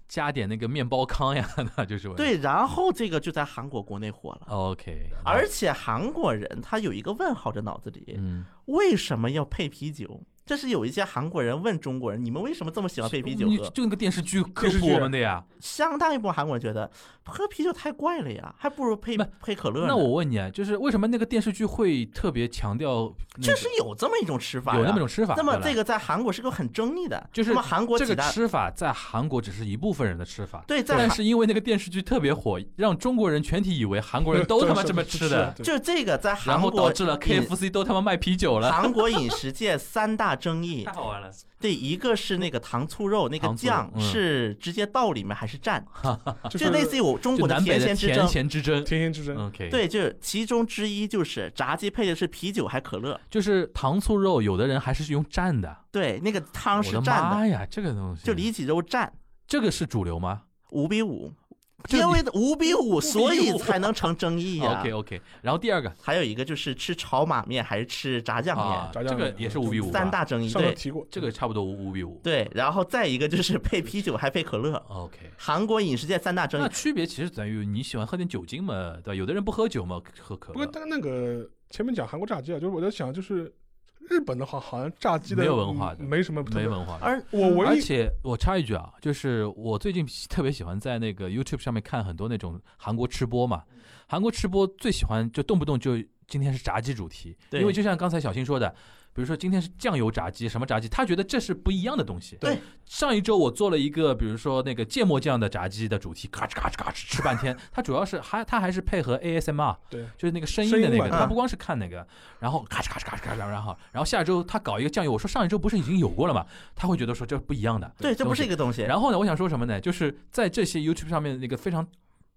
C: 加点那个面包糠呀， *laughs* 那就是我
D: 对，然后这个就在韩国国内火
C: 啊
D: 了。
C: ，OK，嗯
D: 而且韩国人他有一个问号在脑子里，
C: 嗯，
D: 为什么要配啤酒？这是有一些韩国人问中国人，你们为什么这么喜欢配啤酒
C: 你
D: 喝？
C: 就那个电视剧科
B: 电视
C: 普
B: 剧
C: 我们的呀。
D: 相当一部分韩国人觉得喝啤酒太怪了呀，还不如配
C: 不
D: 配可乐呢。
C: 那我问你，啊，就是为什么那个电视剧会特别强调那
D: 确
C: 个
D: 实有这么一种吃法呀，
C: 有那么种吃法？
D: 那么
C: 对吧
D: 这个在韩国是个很争议的，
C: 就是
D: 那么韩国
C: 这
D: 几
C: 个
D: 大
C: 吃法在韩国只是一部分人的吃法，
D: 对在
C: 但
D: 韩
C: 是因为那个电视剧特别火，让中国人全体以为韩国人 *laughs* 都他妈这么吃的，
B: 是，
D: 就是这个在韩
C: 然后
D: 国
C: 导致 *laughs* 了
D: 饮
C: KFC 都他妈卖啤酒了，
D: 韩国饮食界三大争议
C: 太，好玩了。
D: 对，一个是那个糖醋肉，那个
C: 糖醋肉
D: 酱
C: 嗯
D: 是直接倒里面还是蘸，
B: 就
D: 就类似于我中
C: 就嗯
D: 国的
C: 南北
D: 甜
C: 的
D: 咸之
C: 甜
D: 争。
C: 咸之争。
B: 天仙之争。
C: OK，，
D: 对，就是其中之一就是炸鸡配的是啤酒还可乐，
C: 就是糖醋肉，有的人还是用蘸的。
D: 对，那个汤
C: 我
D: 是
C: 的
D: 蘸的，
C: 妈呀，这个东西
D: 就里脊肉蘸
C: 这个是主流吗
D: 五比五，
C: 这
D: 因
C: 你
D: 为五比五，
C: 5
D: 所
C: 比
D: 以
C: 5
D: 才能成争议呀、
C: ？OK OK，然后第二个
D: 还有一个就是吃炒马面还是吃炸酱
C: 啊，
D: 面，
B: 炸
C: 这
B: 酱
C: 个
B: 面
C: 也是五比五，
D: 三大争议。
B: 上次
D: 对
B: 提过
C: 这个差不多五五比五。
D: 对，然后再一个就是 *laughs* 配啤酒还配可乐，
C: OK，
D: 韩国饮食界三大争
C: 那
D: 议。
C: 区别其实在于你喜欢喝点酒精嘛，对吧？有的人不喝酒嘛，喝可
B: 不过
C: 乐。
B: 但那个前面讲韩国炸鸡啊，就是我在想，就是日本的话，好像炸鸡的
C: 没有文化的
B: 没什么特别
C: 没文化的，
D: 而
B: 我唯
C: 而
B: 一
C: 且我插一句啊，就是我最近特别喜欢在那个 YouTube 上面看很多那种韩国吃播嘛，韩国吃播最喜欢就动不动就今天是炸鸡主题，
D: 对
C: 因为就像刚才小新说的，比如说今天是酱油炸鸡，什么炸鸡，他觉得这是不一样的东西。
D: 对，
C: 上一周我做了一个，比如说那个芥末酱的炸鸡的主题，咔哧咔哧咔哧吃半天，它主要是还它还是配合 ASMR，
B: 对
C: 就是那个声音
B: 声
C: 的那
B: 音嗯
C: 个，
B: 版
C: 他
D: 啊
C: 不光是看那个，然后咔哧咔哧咔哧咔哧，然后然后下周他搞一个酱油，我说上一周不是已经有过了吗？他会觉得说这不一样的。
D: 对，这不是一个东西。
C: 然后呢，我想说什么呢？就是在这些 YouTube 上面那个非常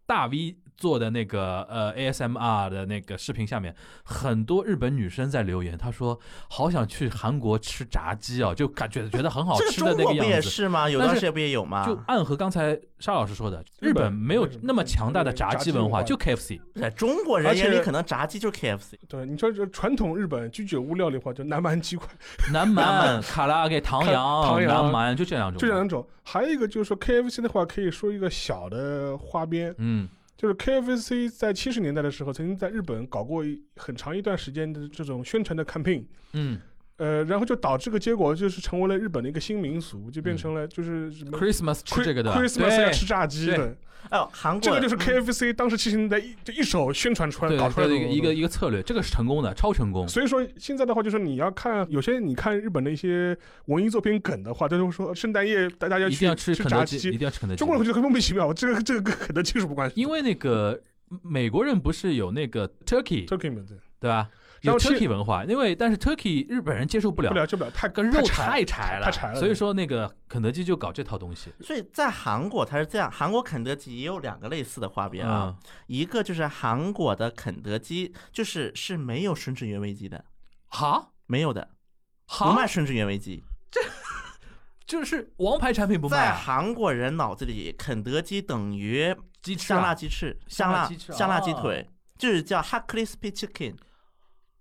C: 大 V 做的那个呃 ASMR 的那个视频下面，很多日本女生在留言，她说好想去韩国吃炸鸡啊，就感觉觉得很好
D: 这个
C: 吃的
D: 中
C: 那
D: 国
C: 个
D: 不也
C: 样子。
D: 是啊吗？有
C: 但
D: 段
C: 是
D: 时间不也有吗？
C: 就暗合刚才沙老师说的，
B: 日
C: 日
B: 本
C: 本没有
B: 为什么
C: 那么强大的
B: 炸
C: 炸
B: 鸡
C: 鸡文化，
B: 文化
C: 就 KFC。
D: 在哎中国人
B: 而且
D: 眼里，可能炸鸡就是 KFC。
B: 对你说这传统日本居酒屋料理的话，就南蛮鸡块，
C: 南
D: 南
C: 蛮、卡拉 OK、唐
B: 唐唐
C: 扬、
B: 扬
C: 南蛮，就这两种。
B: 就这两种。还有一个就是说 KFC 的话，可以说一个小的花边，
C: 嗯，
B: 就是 KFC 在七十年代的时候，曾经在日本搞过一很长一段时间的这种宣传的 campaign。
C: 嗯
B: 呃，然后就导致个结果就是成为了日本的一个新民俗，就变成了就是什么
C: ，Christmas 吃嗯这个的
B: Christmas 要吃炸鸡的，
D: 哎呦，韩国
B: 这个就是 KFC 当时七十年代一就一手宣传出来
C: 嗯对
B: 搞
C: 对，
B: 出来
C: 这
B: 的
C: 是一个一个。一个策略，这个是成功的，超成功。
B: 所以说现在的话，就是你要看有些你看日本的一些文艺作品梗的话，他就会说圣诞夜大家要
C: 一定要
B: 去
C: 吃肯德
B: 炸
C: 基，一
B: 鸡
C: 定，要吃肯德基。
B: 中国人会觉得莫名其妙，这个这个跟肯德基有什么关系？
C: 因为那个美国人不是有那个 turkey
B: Turkey 们对，
C: 对吧？
B: 然后
C: 有
B: 其实
C: turkey 文化，因为但是 turkey 日本人接受不了
B: 不，了就不了，太
C: 个肉
B: 柴
C: 太柴
B: 太柴了嗯
C: 所以说那个肯德基就搞这套东西
D: 所以在韩国它是这样，韩国肯德基也有两个类似的花边啊，
C: 啊。
D: 一个就是韩国的肯德基就是是没有吮指原味鸡的，
C: 哈，
D: 没有的，不卖
C: 好，
D: 顺治原味鸡。
C: 就是王牌产品不卖
D: 在
C: 啊，
D: 韩国人脑子里，肯德基等于
C: 鸡翅
D: 香辣
C: 啊
D: 鸡翅、
C: 香
D: 香
C: 辣
D: 辣
C: 鸡翅
D: 香辣鸡
C: 哦
D: 腿，就是叫 hot crispy chicken，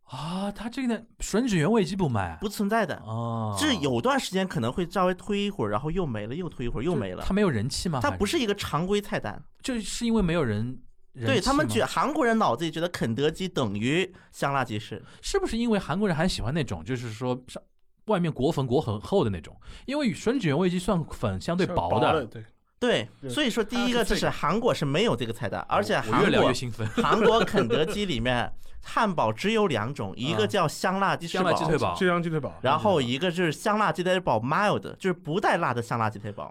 C: 啊，他这个吮指原味鸡不卖啊，
D: 不存在的。
C: 哦，
D: 这有段时间可能会稍微推一会儿，然后又没了，又推一会儿，又没了
C: 他。没有人气吗？
D: 它
C: 还
D: 不是一个常规菜单，
C: 就是因为没有人，人
D: 对
C: 气
D: 他们
C: 吗
D: 觉韩国人脑子里觉得肯德基等于香辣鸡翅，
C: 是不是因为韩国人还喜欢那种，就是说上外面裹粉裹很厚的那种？因为吮指原味鸡算粉相对
B: 像
C: 薄
B: 的，
C: 的。
B: 对，
D: 对，
B: 对
D: 所以说第一个就是韩国是没有这个菜单，而且
C: 哦我越
D: 韩
C: 聊越
D: 国
C: 兴奋。
D: 韩国肯德基里面汉堡只有
C: *laughs*
D: 两种，一个叫香辣鸡
C: 嗯
D: 翅
C: 香辣鸡腿
D: 堡，
C: 堡
B: 这张鸡腿堡，
D: 然后一个就是香辣鸡腿堡 mild，就是不带辣的香辣鸡腿堡。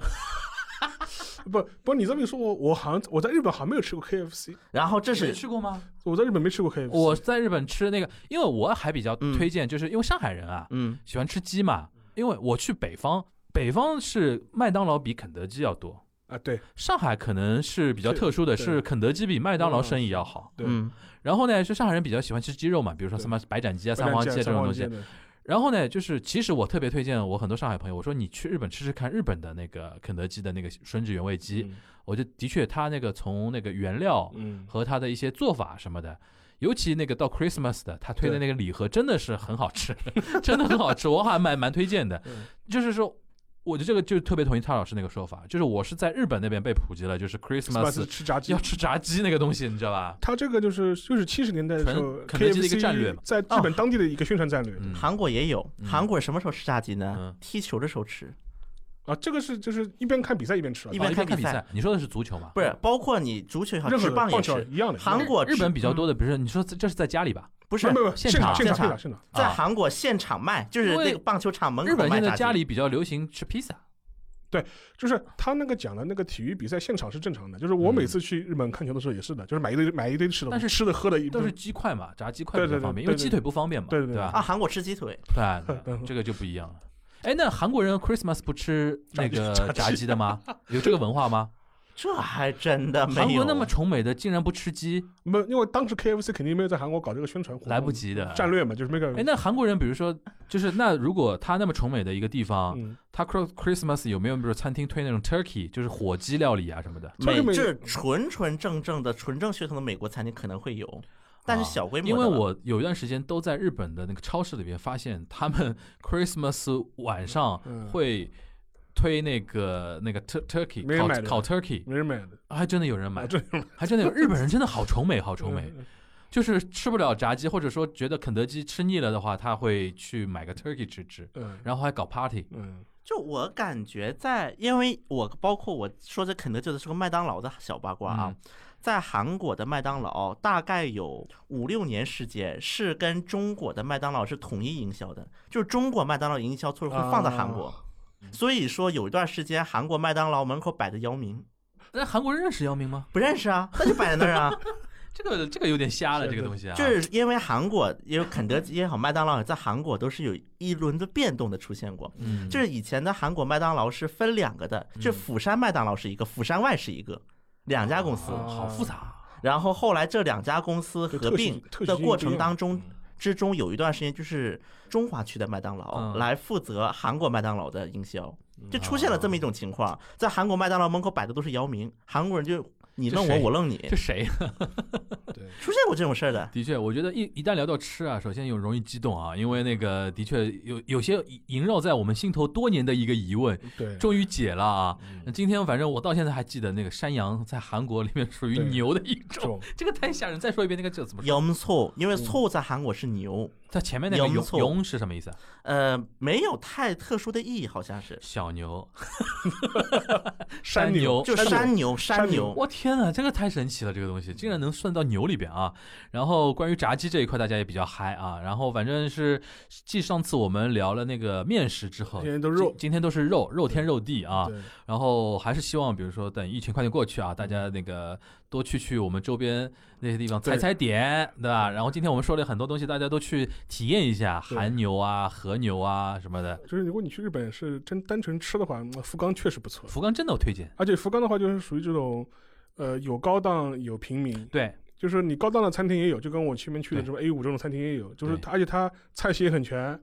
B: 不不，你这么一说，我我好像我在日本好像没有吃过 KFC，
D: 然后这
C: 你没
D: 是
C: 去过吗？
B: 我在日本没吃过 KFC，
C: 我在日本吃那个，因为我还比较
D: 嗯
C: 推荐，就是因为上海人啊
D: 嗯
C: 喜欢吃鸡嘛，因为我去北方，北方是麦当劳比肯德基要多。
B: 啊对
C: 上海可能是比较
B: 是
C: 特殊的，
B: 对
C: 是肯德基比麦当劳生意要好。
B: 对，
D: 嗯
C: 然后呢，就上海人比较喜欢吃鸡肉嘛，比如说
B: 对
C: 什么白斩鸡啊、
B: 白
C: 三
B: 斩
C: 黄
B: 鸡啊
C: 鸡啊这
B: 三
C: 种
B: 黄
C: 东
B: 鸡
C: 西。
B: 的
C: 然后呢，就是其实我特别推荐我很多上海朋友，我说你去日本吃吃看日本的那个肯德基的那个吮指原味鸡，我就的确它那个从那个原料
B: 嗯，
C: 和它的一些做法什么的。尤其那个到 Christmas 的，他推的那个礼盒真的是很好吃， *laughs* 真的很好吃，我还蛮蛮推荐的
B: *laughs* 嗯。
C: 就是说，我的这个就特别同意汤老师那个说法，就是我是在日本那边被普及了，就是
B: Smash
C: Christmas
B: 吃炸鸡
C: 要。吃炸鸡那个东西，你知道吧？
B: 它这个就是就是七十年代的时候
C: 纯肯德基的一个战略
B: ，KFC
C: 嘛啊
B: 在日本当地的一个宣传战略
C: 嗯
D: 韩国也有，
C: 嗯
D: 韩国什么时候吃炸鸡呢
C: 嗯？
D: 踢球的时候吃，
B: 啊，这个是就是一边看比赛一边吃了，
D: 一
C: 哦
D: 边看
C: 看
D: 比
C: 比
D: 赛
C: 赛，你说的是足球吗？哦
D: 不是包括你足球也好，
B: 任何
D: 吃
B: 的
D: 棒也
B: 棒球
D: 吃。
B: 一样的。
D: 韩国
C: 日本
D: 吃嗯
C: 比
B: 嗯
C: 较多的，比如说你说这这是在家里吧？
D: 不
B: 没
D: 是
B: 有没有
C: 现
B: 现场
C: 场
B: 现场现场
D: 现场
B: 现场，
D: 在
C: 啊
D: 韩国现场卖，就是
C: 因为
D: 那个棒球场门
C: 日
D: 口
C: 本
D: 卖
C: 现在
D: 炸
C: 家
D: 鸡。
C: 里比较流行吃披萨，
B: 就是他那个讲的那个体育比赛现场是正常的，就是我每次去日本看球的时候也是的，就是买一堆买一堆吃的，
C: 嗯但是
B: 吃的喝的一
C: 都是鸡块嘛，炸鸡块
B: 对
C: 比较
B: 对对
C: 方便，因
B: 对
C: 为
B: 对
C: 鸡腿不方便嘛，
B: 对对对
D: 啊，
C: 吧？
D: 韩国吃鸡腿，
C: 对啊，
B: *laughs*
C: 这个就不一样了。哎，那韩国人 Christmas 不吃那
B: *laughs* 炸
C: 个
B: 鸡炸
C: 炸
B: 鸡
C: 鸡的吗？有这个文
B: *laughs*
C: 化吗？
D: 这还真的
C: 韩
D: 没有。
C: 国那么崇美的，竟然不吃鸡，
B: 没有，因为当时 KFC 肯定没有在韩国搞这个宣传活动，
C: 来不及的。
B: 战略嘛，就是那个
C: 哎，那韩国人，比如说，就是那如果他那么崇美的一个地方，
B: 嗯，
C: 他 Cro- Christmas 有没有比如说餐厅推那种 turkey，就是火鸡料理啊什么的？
B: 超
D: 美
B: 级美
D: 就是纯纯正正的纯正血统的美国餐厅可能会有，但是
C: 啊
D: 小规模
C: 因
D: 的
C: 为
D: 了。
C: 我有一段时间都在日本的那个超市里面发现，他们 *laughs* Christmas 晚上
B: 嗯
C: 会推那个那个 tur turkey
B: 没人买的
C: 烤烤 turkey，
B: 没人买的，
C: 还真的有人买
B: 啊，，这
C: 还真的有日本人真的好崇美，好崇美。
B: 嗯
C: 就是吃不了炸鸡，或者说觉得肯德基吃腻了的话，他会去买个 turkey 吃吃，
B: 嗯
C: 然后还搞 party。
B: 嗯
D: 就我感觉在，因为我包括我说这肯德基的是个麦当劳的小八卦啊，
C: 嗯
D: 在韩国的麦当劳大概有五六年时间是跟中国的麦当劳是统一营销的，就是中国麦当劳营销措施会放在韩国，所以说有一段时间韩国麦当劳门口摆的姚明
C: 那韩国人认识姚明吗？
D: 不认识啊，那就摆在那儿啊，
C: 这个这个有点瞎了，
B: 是
C: 这个
B: 的
C: 东西啊。
D: 就是因为韩国因为肯德基也好，麦当劳也好在韩国都是有一轮的变动的出现过，
C: 嗯，
D: 就是以前的韩国麦当劳是分两个的，就釜山麦当劳是一个，釜山外是一个，两家公司。
C: 哦好复杂。
D: 然后后来这两家公司
B: 就特
D: 合
B: 许
D: 并
B: 特许
D: 的
B: 经营
D: 过
B: 不一
D: 程
B: 样
D: 当中。之中有一段时间，就是中华区的麦当劳
C: 嗯
D: 来负责韩国麦当劳的营销，就出现了这么一种情况，在韩国麦当劳门口摆的都是姚明，韩国人就你
C: 这
D: 愣我，
C: 谁
D: 我愣你，
C: 这谁？
D: 出现过这种事儿的。
C: 的确，我觉得一一旦聊到吃啊，首先有容易激动啊，因为那个的确有有些萦绕在我们心头多年的一个疑问，
B: 嗯对，
C: 终于解了啊。那今天反正我到现在还记得那个山羊在韩国里面属于
B: 对
C: 牛的一种
B: 种，
C: *laughs* 这个太吓人。再说一遍，那个叫怎么说？
D: 姚明错，因为错在韩国是牛，
C: 它前面那个“
D: 羊错
C: 牛”是什么意思啊？
D: 呃，没有太特殊的意义，好像是，
C: 小牛，
B: 山牛
C: 哦牛，
D: 就山牛，山
B: 山
D: 牛
B: 牛，
C: 我天呐，这个太神奇了，这个东西竟然能算到牛里边啊！然后关于炸鸡这一块，大家也比较嗨啊。然后反正是继上次我们聊了那个面食之后，
B: 今天都肉
C: 今今天都是肉，肉天肉地啊。
B: 对
C: 然后还是希望，比如说等疫情快点过去啊，大家那个多去去我们周边那些地方踩
B: 对
C: 踩点，对吧？然后今天我们说了很多东西，大家都去体验一下
B: 对
C: 韩牛啊、和牛啊什么的。
B: 就是如果你去日本是真单纯吃的话，嗯福冈确实不错，
C: 福冈真的我推荐，
B: 而且福冈的话就是属于这种。呃，有高档有平民，
C: 对，
B: 就是你高档的餐厅也有，就跟我前面去的什么 A 五这种餐厅也有，就是
C: 对
B: 它，而且它菜系也很全，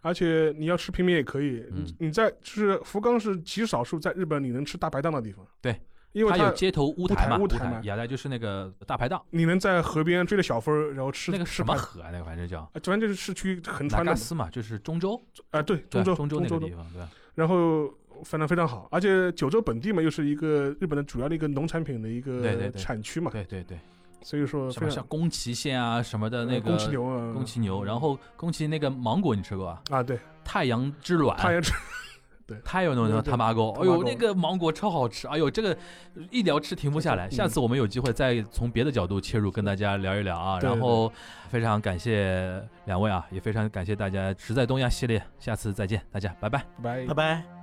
B: 而且你要吃平民也可以。
C: 嗯
B: 你你在就是福冈是极少数在日本你能吃大排档的地方。
C: 对，
B: 因为
C: 它有街头屋台嘛，
B: 屋
C: 屋
B: 台嘛
C: 台雅来就是那个大排档，
B: 你能在河边追着小风儿，然后吃
C: 那个
B: 吃
C: 什么
B: 排
C: 河啊，那个反正叫
B: 啊，反正就是市区横
C: 拉
B: 穿的
C: 嘎
B: 嘛
C: 斯嘛，就是中州，
B: 啊，对，中
C: 对
B: 州
C: 中
B: 中
C: 那
B: 州哦
C: 个
B: 的
C: 地，方，对吧，
B: 然后反正非常好，而且九州本地嘛，又是一个日本的主要的一个农产品的一
C: 对对
B: 个
C: 对
B: 产区嘛，
C: 对对对，
B: 所以说
C: 什么
B: 非
C: 像
B: 常
C: 宫崎县啊什么的那
B: 呃
C: 个
B: 宫崎牛啊，
C: 宫崎牛，然后宫崎那个芒果你吃过啊？
B: 啊，对，
C: 太阳之卵，
B: 他也吃，
C: 太有那种
B: 对对
C: 他妈狗，哎呦，
B: tamago
C: 那个芒果超好吃，哎呦，这个一聊吃停不下来。
B: 嗯
C: 下次我们有机会再从别的角度切入，跟大家聊一聊啊。
B: 对对
C: 然后非常感谢两位啊，也非常感谢大家，实在东亚系列，下次再见，大家拜拜。
B: 拜
D: 拜拜。